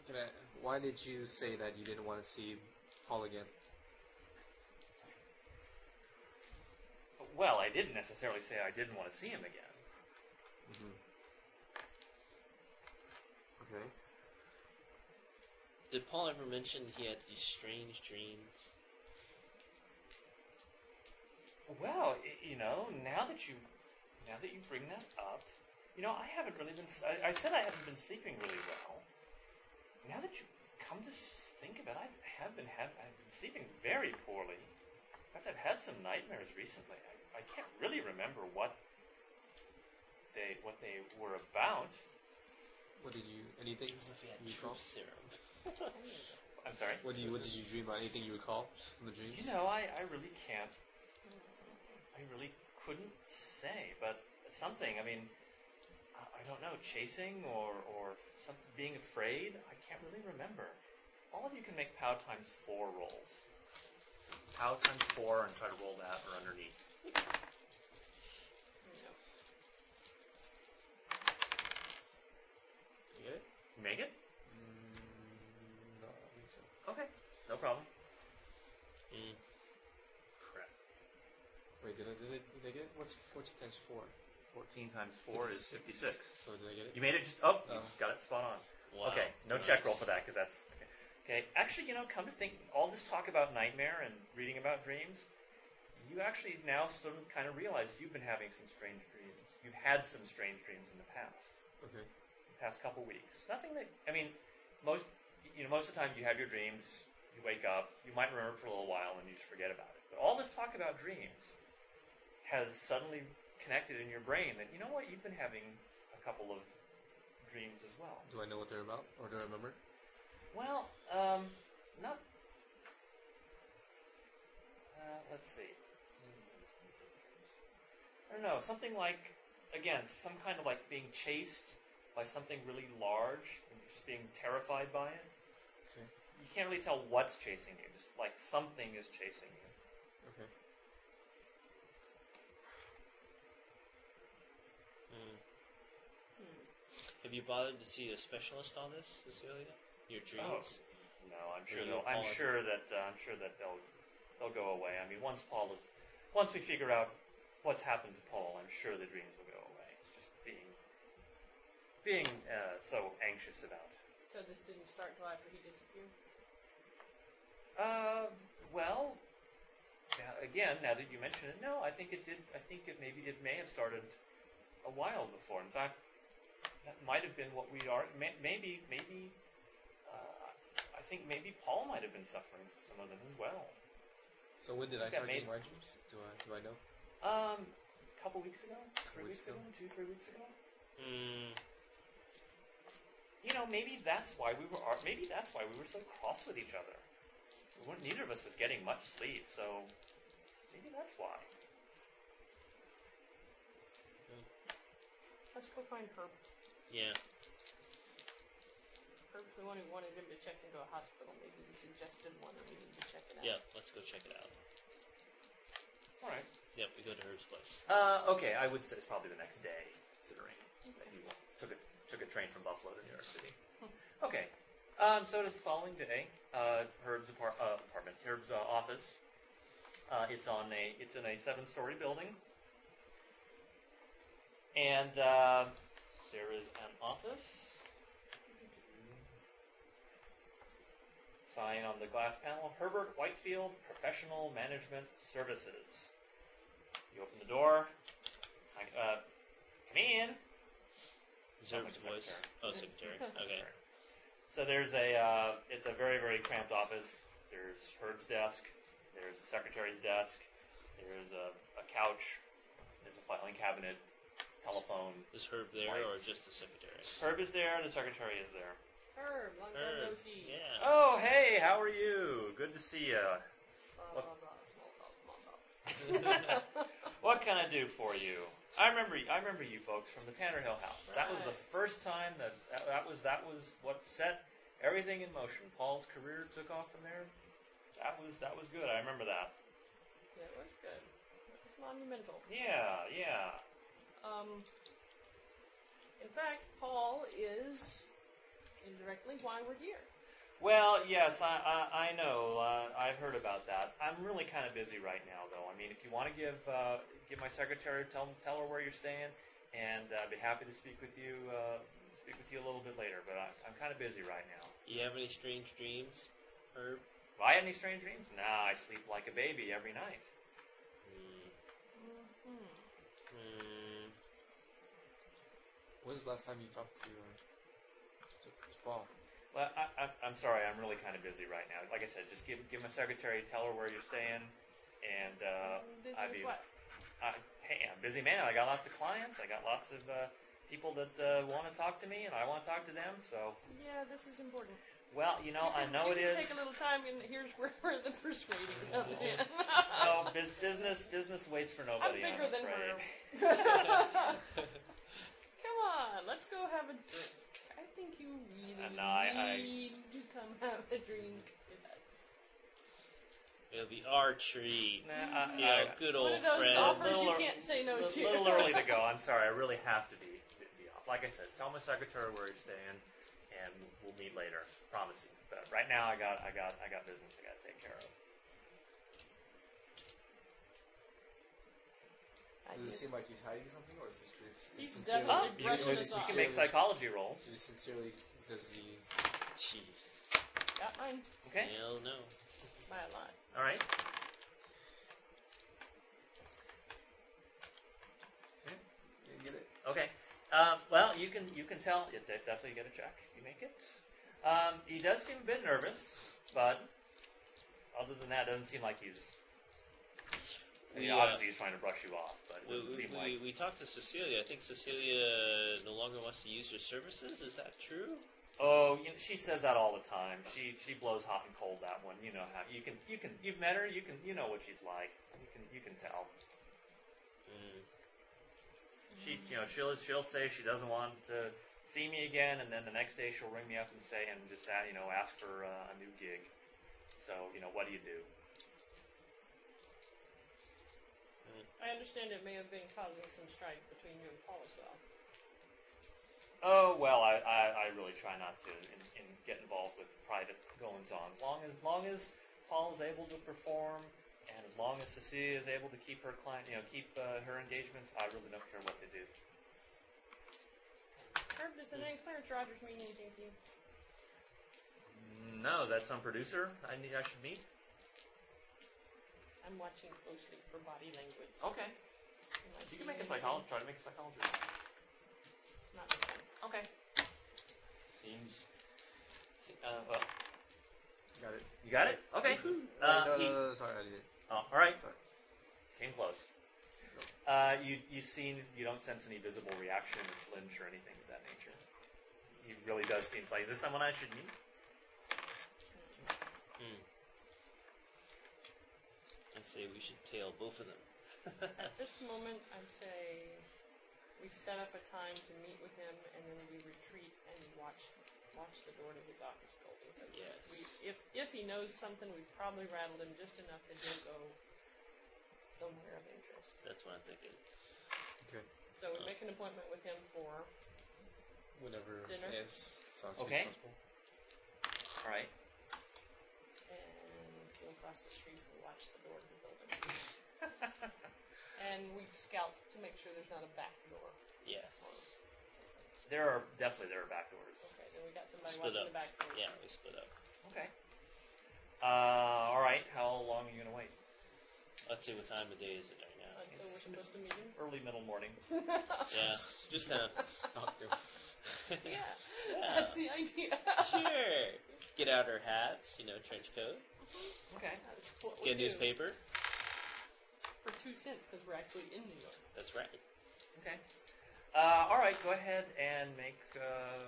E: can I, why did you say that you didn't want to see Paul again?
D: Well, I didn't necessarily say I didn't want to see him again. Mm-hmm.
E: Okay.
B: Did Paul ever mention he had these strange dreams?
D: Well, i- you know, now that you, now that you bring that up, you know, I haven't really been. s- I, I said I haven't been sleeping really well. Now that you come to s- think of it, I have been have I've been sleeping very poorly. In fact, I've had some nightmares recently. I, I can't really remember what they what they were about.
E: What did you? Anything
B: I don't know if he had
E: you
B: truth
E: recall?
B: serum.
D: I'm sorry.
E: What do you? What did you dream about? Anything you recall from the dreams?
D: You know, I, I really can't. I really couldn't say, but something. I mean, I, I don't know, chasing or or f- some, being afraid. I can't really remember. All of you can make pow times four rolls. Pow times four and try to roll that or underneath.
C: No.
B: You get it?
D: Make it.
B: Hmm.
E: did I, did I, did I get it? What's 14 times 4?
D: 14 times 4 is 56.
E: So did I get it?
D: You made it just. Oh, you
E: Oh.
D: got it spot on.
B: Wow.
D: Okay, no check
B: Nice.
D: roll for that because that's okay. okay. Actually, you know, come to think, all this talk about nightmare and reading about dreams, you actually now sort of kind of realize you've been having some strange dreams. You've had some strange dreams in the past,
E: Okay.
D: the past couple weeks. Nothing that I mean, most you know, most of the time you have your dreams. You wake up, you might remember it for a little while, and you just forget about it. But all this talk about dreams has suddenly connected in your brain that you know what you've been having a couple of dreams as well.
E: Do I know what they're about? Or do I remember?
D: Well, um, not. Uh, let's see. I don't know. Something like, again, some kind of like being chased by something really large and just being terrified by it.
E: Okay.
D: You can't really tell what's chasing you. Just like something is chasing you.
E: Okay.
B: Hmm. Have you bothered to see a specialist on this, Cecilia?
D: Oh.
B: Your dreams?
D: No, I'm sure.
B: Really
D: They'll, I'm
B: hard.
D: sure that uh, I'm sure that they'll they'll go away. I mean, once Paul is, once we figure out what's happened to Paul, I'm sure the dreams will go away. It's just being being uh, so anxious about.
C: So this didn't start till after he disappeared.
D: Uh, well, now, again, now that you mention it, no, I think it did. I think it maybe it may have started a while before. In fact, that might have been what we are. May, maybe, maybe. Uh, I think maybe Paul might have been suffering from some of them as well.
E: So when did I
D: Got
E: start
D: made.
E: getting my dreams? Do I do I know?
D: Um, a couple weeks ago, three
E: weeks
D: weeks ago,
E: ago.
D: two, three weeks ago.
B: Mm,
D: You know, maybe that's why we were. ar- Maybe that's why we were so cross with each other. We weren't, neither of us was getting much sleep, so maybe that's why.
C: Let's go find Herb.
B: yeah.
C: Herb's the one who wanted him to check into a hospital. Maybe the suggested one, and we need to check it out.
B: Yeah, let's go check it out.
D: All right.
B: Yep, we go to Herb's place.
D: Uh, okay, I would say it's probably the next day, considering that he took a took a train from Buffalo to New York City. Okay, um, so it is the following day. Uh, Herb's apart- uh, apartment, Herb's uh, office. Uh, it's on a it's in a seven story building, and uh, there is an office. Sign on the glass panel: Herbert Whitefield Professional Management Services. You open the door. I, uh, come in.
B: Is
D: Sounds
B: Herb's
D: like a
B: voice? Oh, secretary. Okay.
D: So there's a, uh, it's a very, very cramped office. There's Herb's desk. There's the secretary's desk. There's a, a couch. There's a filing cabinet. Telephone.
B: Is Herb there or
D: Lights.
B: just the secretary?
D: Herb is there. The secretary is there.
C: Herb, long time
B: Herb.
C: no see.
B: Yeah.
D: Oh, hey, how are you? Good to see you.
C: Blah, blah, blah, small talk, small talk.
D: What can I do for you? I remember, I remember you folks from the Tanner Hill House. That was the
C: Right.
D: first time that that, that was that was what set everything in motion. Paul's career took off from there. That was that was good. I remember that.
C: That was good. That was monumental.
D: Yeah, yeah.
C: Um, in fact, Paul is indirectly why we're here.
D: Well, yes, I, I, I know. Uh, I've heard about that. I'm really kind of busy right now, though. I mean, if you want to give uh, give my secretary tell tell her where you're staying, and uh, I'd be happy to speak with you uh, speak with you a little bit later. But I, I'm kind of busy right now.
B: You have any strange dreams, Herb?
D: Have I had any strange dreams? Nah, I sleep like a baby every night.
B: Hmm,
C: Hmm.
B: Mm,
E: When's the last time you talked to, uh, to, to Paul?
D: Well, I, I, I'm sorry, I'm really kind of busy right now. Like I said, just give give my secretary tell her where you're staying, and uh,
C: Busy
D: I'd
C: with
D: be
C: what?
D: I, hey, I'm a busy man. I got lots of clients. I got lots of uh, people that uh, want to talk to me, and I want to talk to them. So,
C: Yeah, this is important.
D: well, you know, I know
C: you
D: it
C: can
D: is.
C: Take a little time, and here's where the persuading comes in.
D: No, bus- business business waits for
C: I'm
D: nobody.
C: bigger than
D: afraid.
C: her. come on, let's go have a drink. I think you really
D: Uh, no, I- I-
C: need to come have a drink.
B: it'll be archery.
D: Nah, I,
B: Yeah,
D: I,
B: good old
C: One of those
B: friend.
C: offers you
D: Little-
C: can't say no
D: a
C: to.
D: little early to go. I'm sorry. I really have to be, be off. Like I said, tell my secretary where you're staying, and we'll meet later. Promise you. But right now, I got I got I got business I got to take care of.
E: Does it seem like he's hiding something, or is it is
C: He's
E: sincerely?
C: definitely
E: is it-
D: You,
C: brushing
D: can-
E: is it
C: his
D: you can
C: eyes.
D: make
E: sincerely-
D: psychology
E: Is it
D: rolls.
E: sincerely? Does he?
B: Jeez.
C: Got mine
D: Okay.
B: Hell no.
C: by a lot.
D: All right.
E: Did he get it?
D: Okay. Um, well, you can you can tell. You de- definitely get a check if you make it. Um, he does seem a bit nervous, but other than that, doesn't seem like he's. I mean,
B: We, uh,
D: obviously, he's trying to brush you off, but it
B: We,
D: doesn't
B: we,
D: seem
B: we,
D: like.
B: we talked to Cecilia. I think Cecilia no longer wants to use your services. Is that true?
D: Oh, you know, she says that all the time. She she blows hot and cold. That one, you know how you can you can you've met her. You can you know what she's like. You can you can tell.
B: Mm.
D: She you know she'll she'll say she doesn't want to see me again, and then the next day she'll ring me up and say and just uh, you know ask for uh, a new gig. So you know what do you do?
C: I understand it may have been causing some strife between you and Paul as well.
D: Oh well, I, I, I really try not to in, in get involved with private goings on. As long as long as Paul is able to perform, and as long as Cecilia is able to keep her client you know keep uh, her engagements, I really don't care what they do.
C: Herb, does the
D: Hmm.
C: name Clarence Rogers mean anything to you?
D: No, is that some producer I need I should meet?
C: I'm watching closely for body language.
D: Okay,
C: Am I
D: you can
C: seeing
D: make a
C: anything?
D: psychology. Try to make a psychology.
C: Not this time.
D: Okay. Seems. se- Uh, well,
E: Got it.
D: you got it. Okay.
E: Uh,
D: Uh,
E: no,
D: he-
E: no, no, no, sorry, I didn't.
D: Oh, all right.
E: Sorry.
D: Came close. Uh, you you seen you don't sense any visible reaction or flinch or anything of that nature. He really does seem like is this someone I should meet?
B: I say we should tail both of them.
C: At this moment, I'd say we set up a time to meet with him, and then we retreat and watch watch the door to his office building. 'cause
B: Yes.
C: We, if if he knows something, we've probably rattled him just enough that he'll go somewhere of interest.
B: That's what I'm thinking.
E: Okay.
C: So
B: Oh.
C: we make an appointment with him for
E: Whenever.
C: Dinner?
E: Yes. Sounds
D: Okay.
E: responsible.
D: All right.
C: and go across the street and watch the door to the building. and we scout to make sure there's not a back door.
B: Yes.
D: There are definitely there are back doors.
C: Okay, then we got somebody
B: Split
C: watching
B: up.
C: the back door.
B: Yeah, we split up.
D: Okay. Uh, all right. How long are you gonna wait?
B: Let's see what time of day is it right now.
C: Until we're supposed to meet him.
D: Early middle morning.
B: Yeah, just kind of.
E: Stop him.
C: Yeah,
B: Yeah,
C: that's the idea.
B: sure. Get out our hats, you know, trench coat.
D: Okay.
C: That's what we
B: Get a
C: do
B: newspaper.
C: for two cents because we're actually in New York.
B: That's right.
D: Okay. Uh, all right. Go ahead and make uh,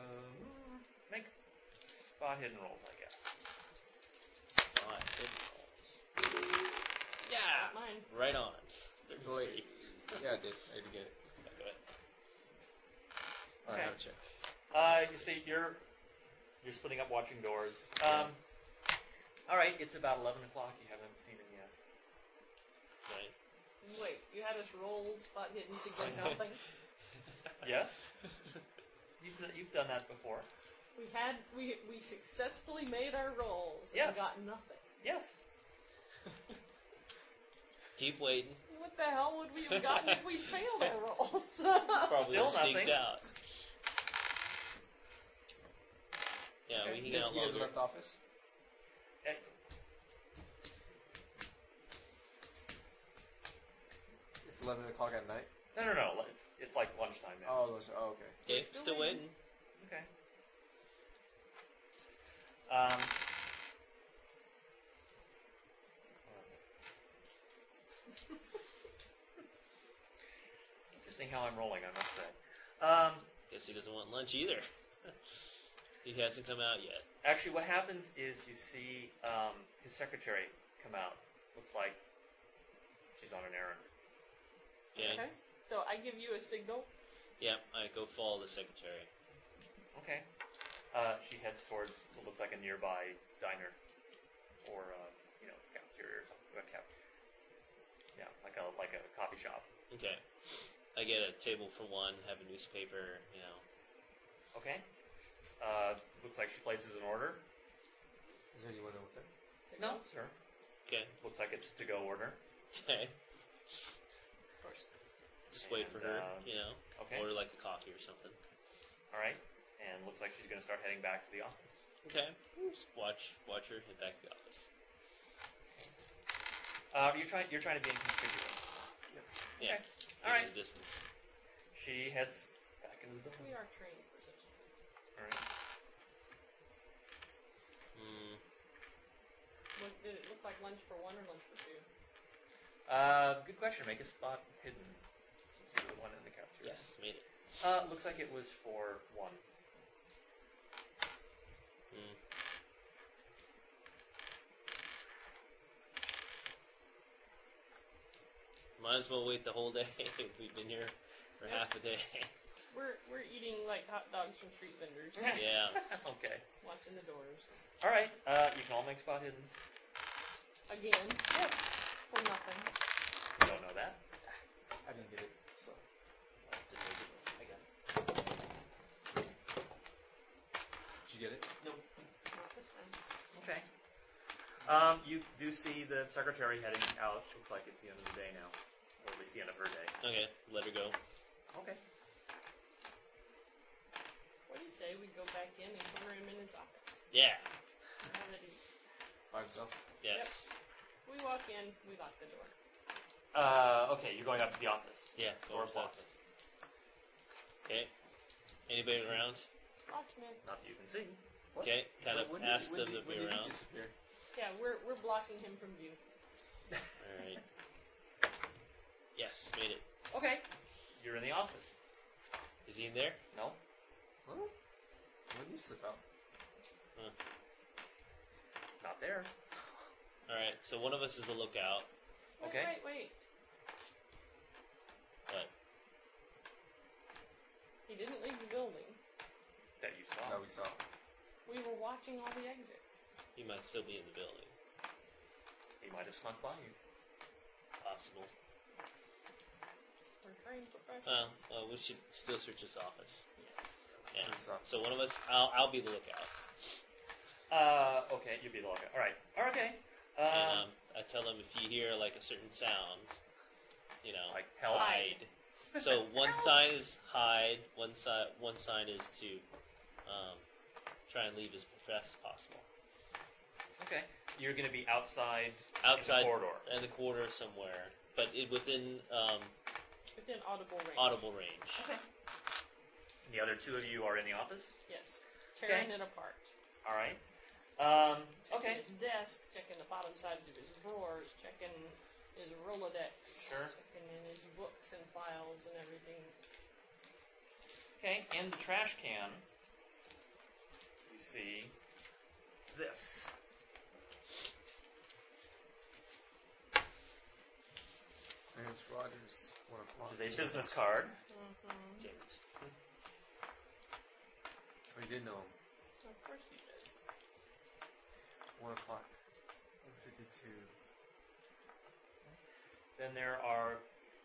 D: make spot hidden rolls. I guess.
B: All right, good calls. Yeah,
C: Mine.
B: right on.
E: Oh, wait.
B: 33.
E: Yeah, I did. I did get it.
B: Go ahead.
E: All right,
D: Okay.
E: I'll check.
D: Uh, you see, you're you're splitting up watching doors. Um, all right, it's about eleven o'clock. You haven't seen him yet.
B: Right.
C: Wait, you had us roll spot hidden to get nothing.
D: Yes, you've d- you've done that before.
C: we had we we successfully made our rolls and
D: Yes.
C: got nothing.
D: Yes.
B: Keep waiting.
C: What the hell would we have gotten if we failed our rolls?
B: Probably
D: Oh, Still
B: sneaked
D: nothing.
B: out. Yeah,
D: Okay.
B: we
E: He
B: hang
E: has,
B: out
E: he has
B: longer.
E: left office.
D: Eh,
E: It's 11 o'clock at night.
D: No, no, no. It's it's like lunchtime now.
E: Oh, those are- oh okay.
B: Okay,
C: We're still
B: still waiting.
D: Okay. Um. Interesting how I'm rolling, I must say. Um,
B: Guess he doesn't want lunch either. he hasn't come out yet.
D: Actually, what happens is you see um, his secretary come out. Looks like she's on an errand.
B: Okay.
C: Okay, so I give you a signal.
B: Yeah, I go follow the secretary.
D: Okay. Uh, she heads towards what looks like a nearby diner, or uh, you know, cafeteria or something. A cap- yeah, like a like a coffee shop.
B: Okay. I get a table for one, have a newspaper, you know.
D: Okay. Uh, looks like she places an order.
E: Is there anyone over there?
C: Signal.
D: sir.
B: Okay.
D: Looks like it's to go order.
B: Okay.
C: Of course.
B: Just wait for
D: And,
B: her,
D: um,
B: you know,
D: Okay.
B: order like a coffee or something.
D: All right. And looks like she's going to start heading back to the office.
B: Okay, just watch watch her head back to the office.
D: Uh, you're trying. You're trying to be inconspicuous.
B: Yeah,
D: Okay.
B: keep
D: All right.
B: the distance.
D: She heads back into the building.
C: We are trained for such things.
D: All right.
B: Mm,
C: What, did it look like lunch for one or lunch for two?
D: Uh, good question. Make a spot hidden. Since you were the one in the cafeteria.
B: yes, made it.
D: Uh, looks like it was for one.
B: Mm. Might as well wait the whole day. We've been here for half a day.
C: We're, we're eating like hot dogs from street vendors,
B: yeah.
D: okay.
C: watching the doors.
D: All right. Uh, you can all make spot hidden.
C: Again, for nothing.
D: You don't know that.
E: I didn't get it. So
D: I got it.
E: did you get it?
C: Not this time.
D: Okay. Um, you do see the secretary heading out. Looks like it's the end of the day now, or at least the end of her day.
B: Okay, let her go.
D: Okay.
C: What do you say we go back in and put him in his office?
B: Yeah.
C: Now that he's...
E: By himself.
B: Yes.
C: We walk in, we lock the door.
D: Uh, okay. You're going up to the office.
B: Yeah.
D: Door
B: Door
D: blocked.
B: Okay. Anybody around?
C: Locksmith.
D: Not that you can see.
E: What?
B: Okay. Kind of
E: When did-
B: ask
E: when
B: them
E: did-
B: to
E: when
B: be
E: did he
B: around.
E: disappear?
C: Yeah, we're, we're blocking him from view.
B: All right. Yes, made it.
D: Okay. You're in the office.
B: Is he in there?
D: No.
E: Huh? When did he slip out?
D: Not there.
B: All right. So one of us is a lookout.
C: Wait,
D: Okay.
C: wait, wait.
B: But
C: He didn't leave the building.
D: That you saw.
E: No, we saw.
C: We were watching all the exits.
B: he might still be in the building.
D: He might have snuck by you.
B: Possible.
C: We're trained professionals.
B: Well, well, we should still search his office.
C: Yes.
B: Yeah.
E: Search his office.
B: So one of us, I'll, I'll be the lookout.
D: Uh, okay, you'd be the lockout. All right. All right, okay.
B: And,
D: Um,
B: um, I tell them if you hear like a certain sound, you know,
D: like oh. help.
B: hide. So one sign is hide. One side, one sign is to um, try and leave as fast as possible.
D: Okay. You're gonna be outside. In
B: Outside
D: the corridor.
B: in the corridor somewhere, but it, within um,
C: Within audible range.
B: audible range.
D: The other two of you are in the office.
C: Yes. Tearing it apart.
D: All right. Um,
C: Checking
D: okay.
C: his desk, checking the bottom sides of his drawers, checking his Rolodex,
D: Sure.
C: checking in his books and files and everything.
D: Okay. In the trash can, you see this.
E: Clarence Rogers, one o'clock.
D: Which is a business card.
B: Damn it.
E: So he did know him.
C: Of course he did.
E: One o'clock. One fifty-two.
D: Then there are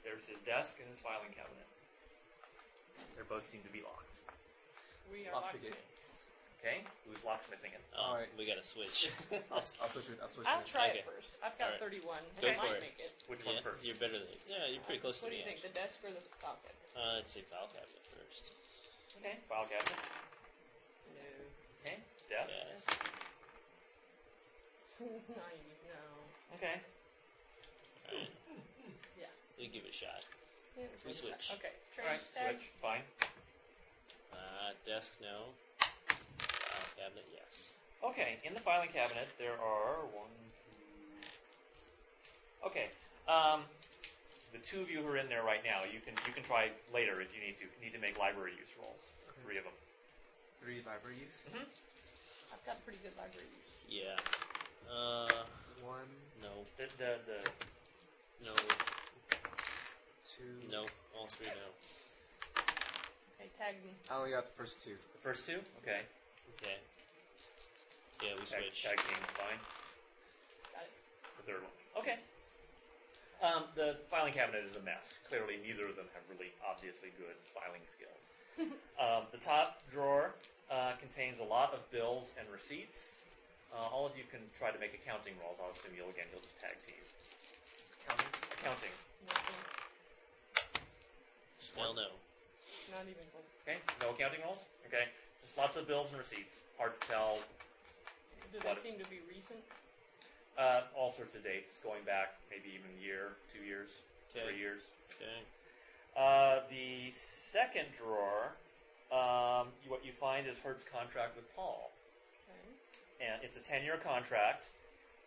D: there's his desk and his filing cabinet. They both seem to be locked.
C: We are
E: Off we go.
C: locksmiths.
D: Okay. Who's locksmithing it?
B: Oh,
E: All right.
B: we gotta switch.
E: I'll, s- I'll switch with. I'll switch
C: I'll
E: with.
C: try
B: Okay.
C: it first. I've got
B: Alright.
C: 31.
B: Go
C: I
B: for
C: might
B: it.
C: make it.
D: Which
B: yeah,
D: one first?
B: You're better than yeah. You're pretty close
C: What
B: to me.
C: do you think, the desk or the falcon?
B: actually. Uh, I'd say file cabinet first.
D: Okay. File cabinet.
C: No.
D: Okay. Desk.
B: Yes.
C: Ninety, no.
D: Okay.
C: Yeah.
B: We give it a shot.
C: yeah it's
B: We
C: worth a shot.
B: switch.
C: Okay,
D: All
C: train
D: right.
C: tag.
D: Switch. Fine.
B: Uh, desk no. File cabinet yes.
D: Okay, in the filing cabinet there are one. two- Okay, um, the two of you who are in there right now, you can you can try later if you need to need to make library use rolls. Three of them.
E: Three library use.
C: I've got a pretty good library use.
B: Yeah. Uh,
E: One,
B: no,
D: The the, the
B: no,
E: two.
B: no. All three no.
C: Okay, tag me.
E: I only got the first two.
D: the first two. Okay.
B: Okay. Yeah, we
D: Tag,
B: switch.
D: tag team. Fine.
C: Got it.
D: The third one. Okay. Um, the filing cabinet is a mess. Clearly, neither of them have really obviously good filing skills. um, the top drawer uh, contains a lot of bills and receipts. Uh, all of you can try to make accounting rolls. I'll assume you'll again you'll just tag team
E: Counting.
D: accounting.
C: Nothing.
B: Hell no.
C: Not even close.
D: Okay, no accounting rules. Okay, just lots of bills and receipts. Hard to tell.
C: Do they
D: What?
C: seem to be recent?
D: Uh, all sorts of dates going back, maybe even a year, two years, three
B: Okay.
D: years.
B: Okay.
D: Uh, the second drawer, um, you, what you find is Herd's contract with Paul,
C: Okay.
D: and it's a ten-year contract,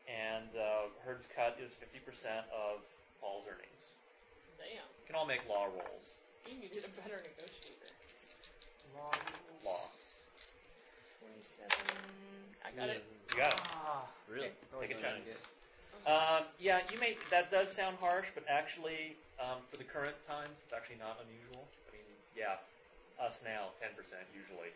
D: and uh, Herd's cut is fifty percent of Paul's earnings.
C: Damn.
D: You can all make law rolls.
C: You needed a better negotiator.
E: Law.
D: Law.
C: 27. I got it.
D: You got it.
E: Ah.
B: Really?
E: Oh,
D: Take a
E: no,
D: check.
E: I get-
D: Um, yeah, you may. That does sound harsh, but actually, um, for the current times, it's actually not unusual. I mean, yeah, f- us now, ten percent usually.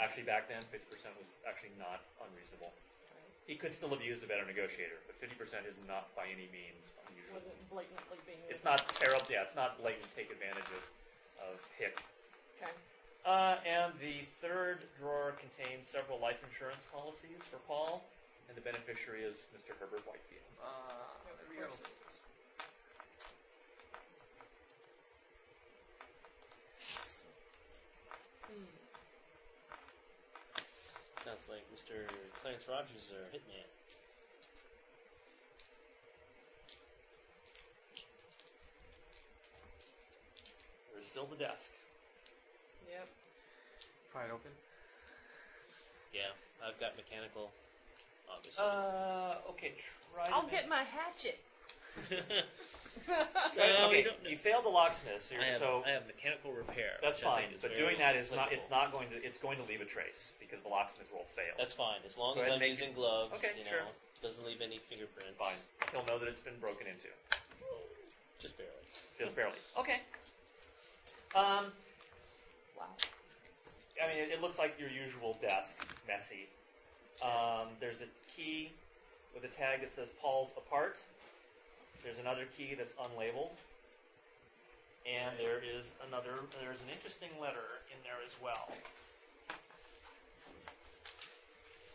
D: Actually, back then, fifty percent was actually not unreasonable.
C: Right.
D: He could still have used a better negotiator, but fifty percent is not by any means unusual.
C: Was it blatantly being
D: It's not terrible. Yeah, it's not blatant take advantage of of Hick.
C: Okay.
D: Uh, and the third drawer contains several life insurance policies for Paul, and the beneficiary is Mr. Herbert Whitefield.
E: Ah,
C: No,
E: there
C: of
E: we go.
C: course it is.
B: Sounds like Mr. Clarence Rogers is our hitman.
D: There's still the desk.
C: Yep.
E: Pry it open.
B: Yeah, I've got mechanical, obviously.
D: Uh, okay, try. to
C: I'll
D: make-
C: get my hatchet.
D: Try to-
B: Well, Uh, we
D: okay,
B: don't know.
D: you failed the locksmith, so,
B: I,
D: you're,
B: have,
D: so
B: I have mechanical repair.
D: that's
B: which I think
D: fine.
B: is
D: But
B: very
D: doing that is not. It's
B: applicable.
D: not going to. It's going to leave a trace because the locksmith roll failed.
B: That's fine, as long
D: Go
B: as
D: ahead and
B: I'm
D: make
B: using gloves,
D: Okay,
B: you know,
D: sure.
B: doesn't leave any fingerprints.
D: fine. He'll know that it's been broken into,
B: Just barely.
D: just barely. Okay. Um,
C: Wow.
D: I mean, it, it looks like your usual desk, messy. Um, there's a key with a tag that says Paul's apart. There's another key that's unlabeled, and there is another. There's an interesting letter in there as well.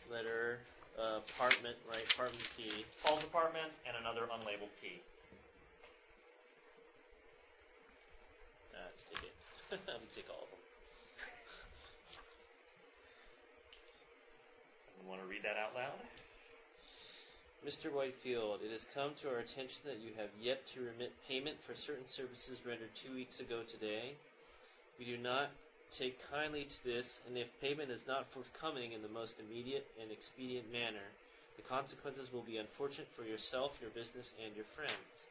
B: Letter, uh, apartment, right, apartment key.
D: Paul's apartment and another unlabeled key.
B: Ah, let's take it. I'm gonna take all of them.
D: Someone want to read that out loud?
B: Mr. Whitefield, it has come to our attention that you have yet to remit payment for certain services rendered two weeks ago today. We do not take kindly to this, and if payment is not forthcoming in the most immediate and expedient manner, the consequences will be unfortunate for yourself, your business, and your friends.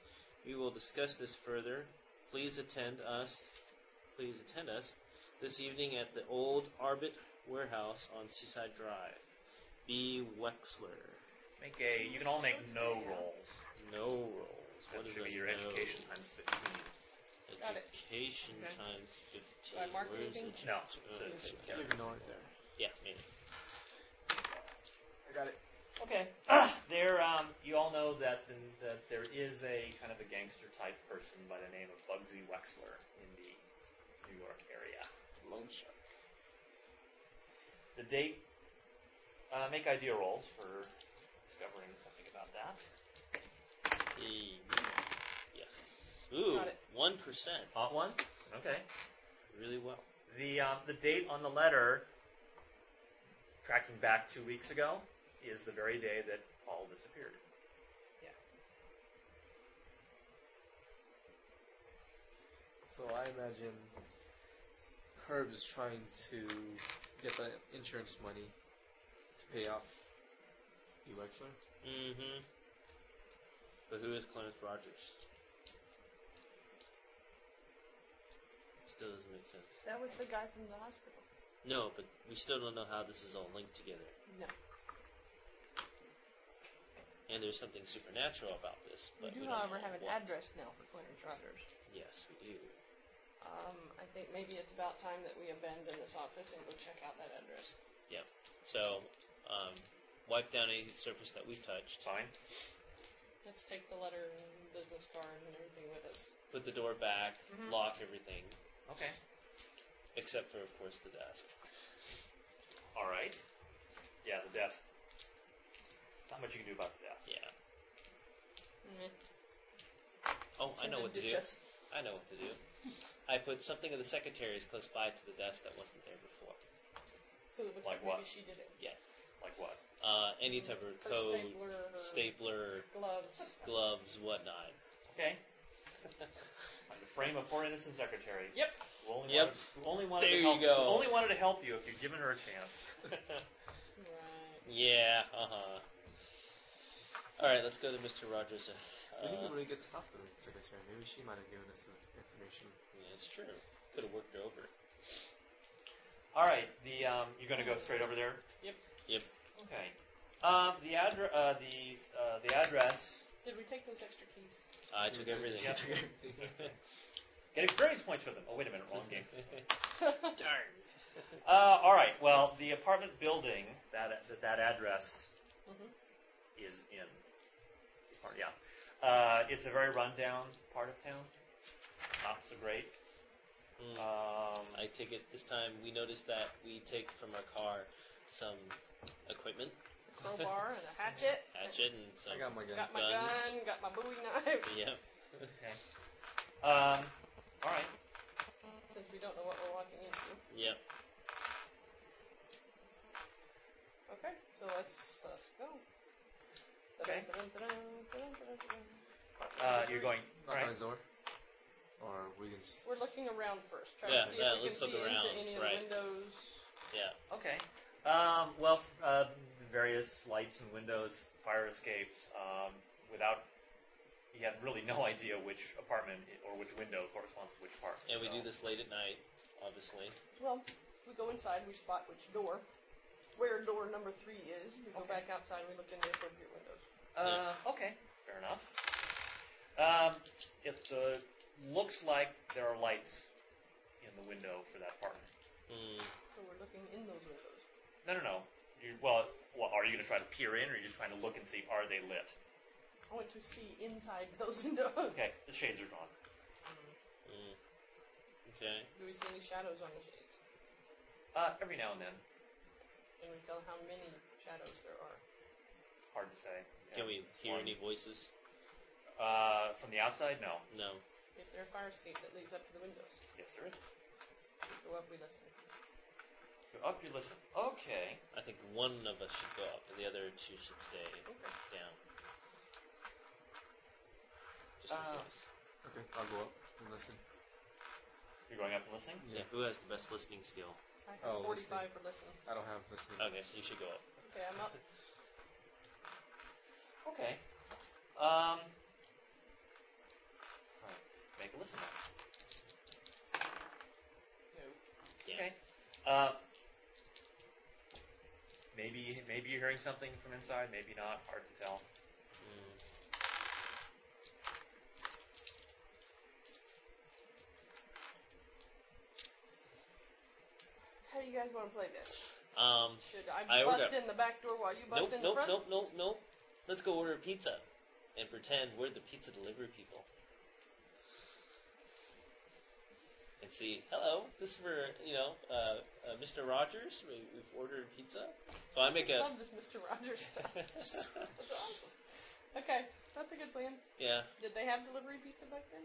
B: We will discuss this further. Please attend us. Please attend us this evening at the old Arbit Warehouse on Seaside Drive. B. Wexler.
D: Make a. You can all make no rolls.
B: No rolls.
D: That
B: What is
D: should
B: a
D: be your
B: no?
D: education times fifteen.
C: Got it.
B: Education
C: Okay.
B: times
C: Do I
B: fifteen.
C: mark
B: Where is
C: anything?
B: it?
D: No,
B: Oh,
D: it's
B: okay,
D: a-
B: got
E: You
B: it.
E: ignore it there.
B: Yeah, maybe.
E: I got it.
D: Okay. there, um, you all know that the, that there is a kind of a gangster type person by the name of Bugsy Wexler in the New York area.
C: Lone shark.
D: The date. Uh, make idea rolls for discovering something about that.
B: E- Yes. Ooh,
C: Got it.
B: one percent.
D: Hot one. Okay.
B: Really well.
D: The um, the date on the letter, tracking back two weeks ago, is the very day that Paul disappeared.
E: So I imagine Herb is trying to get the insurance money to pay off E. Wexler.
B: Mm-hmm. But who is Clarence Rogers? Still doesn't make sense.
C: That was the guy from the hospital.
B: No, but we still don't know how this is all linked together.
C: No.
B: And there's something supernatural about this.
C: We
B: But
C: do,
B: don't
C: however,
B: know
C: have an
B: what.
C: address now for Clarence Rogers.
B: Yes, we do.
C: Um, I think maybe it's about time that we abandon this office and go check out that address.
B: So, um, wipe down any surface that we've touched.
D: Fine.
C: Let's take the letter and business card and everything with us.
B: Put the door back.
C: Mhm.
B: Lock everything,
D: Okay.
B: except for, of course, the desk.
D: All right. Yeah, the desk. Not much you can do about the desk.
B: Yeah.
C: Mm-hmm.
B: Oh, I know what to do. I know what to do. I put something of the secretaries close by to the desk that wasn't there before.
C: So it looks
D: Like
C: like, maybe
D: what?
C: she did it.
B: Yes.
D: Like what?
B: Uh, any type of
C: Her
B: code,
C: stapler, her
B: stapler,
C: gloves.
B: gloves, whatnot.
D: Okay. Trying to frame a poor innocent secretary.
C: Yep.
D: Who only
B: Yep.
D: Wanted, who only wanted
B: There
D: to
B: you
D: help,
B: go.
D: who only wanted to help you if you'd given her a chance.
C: Right.
B: Yeah, uh huh. Alright, let's go to Mr. Rogers. Uh,
E: we didn't really get to talk to the secretary. Maybe she might have given us some information.
B: yeah, it's true. Could have worked her over.
D: All right. The um, you're going to go straight over there.
B: Yep.
D: Okay. Um, the address. Uh, the uh, the address.
C: Did we take those extra keys?
B: I took everything.
D: yeah.
E: Took everything.
D: Get experience points for them. Oh wait a minute, wrong game.
B: Darn.
D: Uh, all right. Well, the apartment building that that, that address
C: Mhm.
D: is in. Or, yeah, uh, it's a very rundown part of town. Not so great.
B: Mm.
D: Um,
B: I take it this time we noticed that we take from our car some equipment,
C: A crowbar and a hatchet.
B: hatchet, and some.
E: I got my gun.
C: Got my
B: Guns.
C: gun. Got my Bowie knife.
B: Yeah.
D: um, all right.
C: Since we don't know what we're walking into.
B: Yeah.
C: Okay. So let's let's go.
D: Okay.
C: We're
D: Uh, you're going all
E: Knock
D: right.
E: on his door. Or we can just.
C: looking around first, trying
B: Yeah,
C: to see
B: yeah,
C: if we can
B: let's look
C: see into
B: around,
C: any of
B: right.
C: the windows.
B: Yeah.
D: Okay. Um, well, f- uh, various lights and windows, fire escapes. Um, without, you have really no idea which apartment i- or which window corresponds to which apartment.
B: And we
D: so.
B: do this late at night, obviously.
C: Well, we go inside. We spot which door, where door number three is. We go
D: Okay.
C: back outside. We look in the appropriate windows.
D: Uh, okay, fair enough. Um, it uh, looks like there are lights in the window for that apartment.
B: Mm.
C: So we're looking in those windows.
D: No, no, no. You, well, well, are you going to try to peer in, or are you just trying to look and see are they lit?
C: I want to see inside those windows.
D: Okay, the shades are gone.
B: Mm. Okay.
C: Do we see any shadows on the shades?
D: Uh, every now and then,
C: Can we tell how many shadows there are?
D: hard to say. Yeah.
B: Can we hear
D: One.
B: any voices?
D: Uh, from the outside, no.
B: No.
C: Is there a fire escape that leads up to the windows?
D: Yes, there is.
C: We go up. We listen.
D: Go up, you listen. Okay.
B: I think one of us should go up, and the other two should stay
C: Okay.
B: down. Just in
D: Uh,
B: case.
E: Okay, I'll go up and listen.
D: You're going up and listening?
B: Yeah. Who has the best listening skill?
C: I have
E: Oh,
C: 45
E: listening.
C: for listening.
E: I don't have listening.
D: Mm.
B: Okay, you should go up.
C: Okay, I'm up.
D: Okay. Um. alright, Make a listen. roll.
B: Damn.
D: Okay. Uh, maybe maybe you're hearing something from inside, maybe not. Hard to tell.
B: Mm.
C: How do you guys want to play this?
B: Um.
C: Should I,
B: I
C: bust
B: order-
C: in the back door while you bust
B: Nope.
C: in the
B: Nope.
C: front?
B: Nope. Nope. Nope. Let's go order pizza, and pretend we're the pizza delivery people. And see, hello, this is for you know, uh, uh, Mr. Rogers. We, we've ordered pizza, so I make
C: I
B: a
C: love this Mr. Rogers stuff. That's awesome. Okay, that's a good plan.
B: yeah.
C: Did they have delivery pizza back then?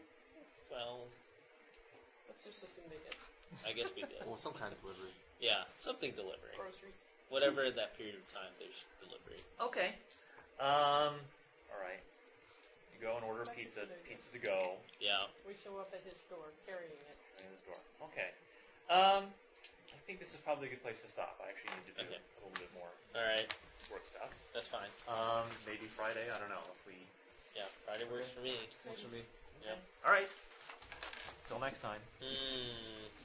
B: Well,
C: Let's just assume they did.
B: I guess we did.
E: Well, some kind of delivery.
B: Yeah, something delivery,
C: Groceries.
B: whatever that period of time there's delivery.
D: Okay. Um. All right. You go and order
C: That's a
D: pizza.
C: good idea.
D: Pizza to go.
B: Yeah.
C: We show up at his door carrying it.
D: in this door. Okay. Um. I think this is probably a good place to stop. I actually need to do
B: Okay.
D: a little bit more
B: All right,
D: work stuff.
B: that's fine.
D: Um. Maybe Friday. I don't know if we.
B: Yeah, Friday works for me.
E: Watch for me.
B: Yeah.
D: All right. Till next time.
B: Mm.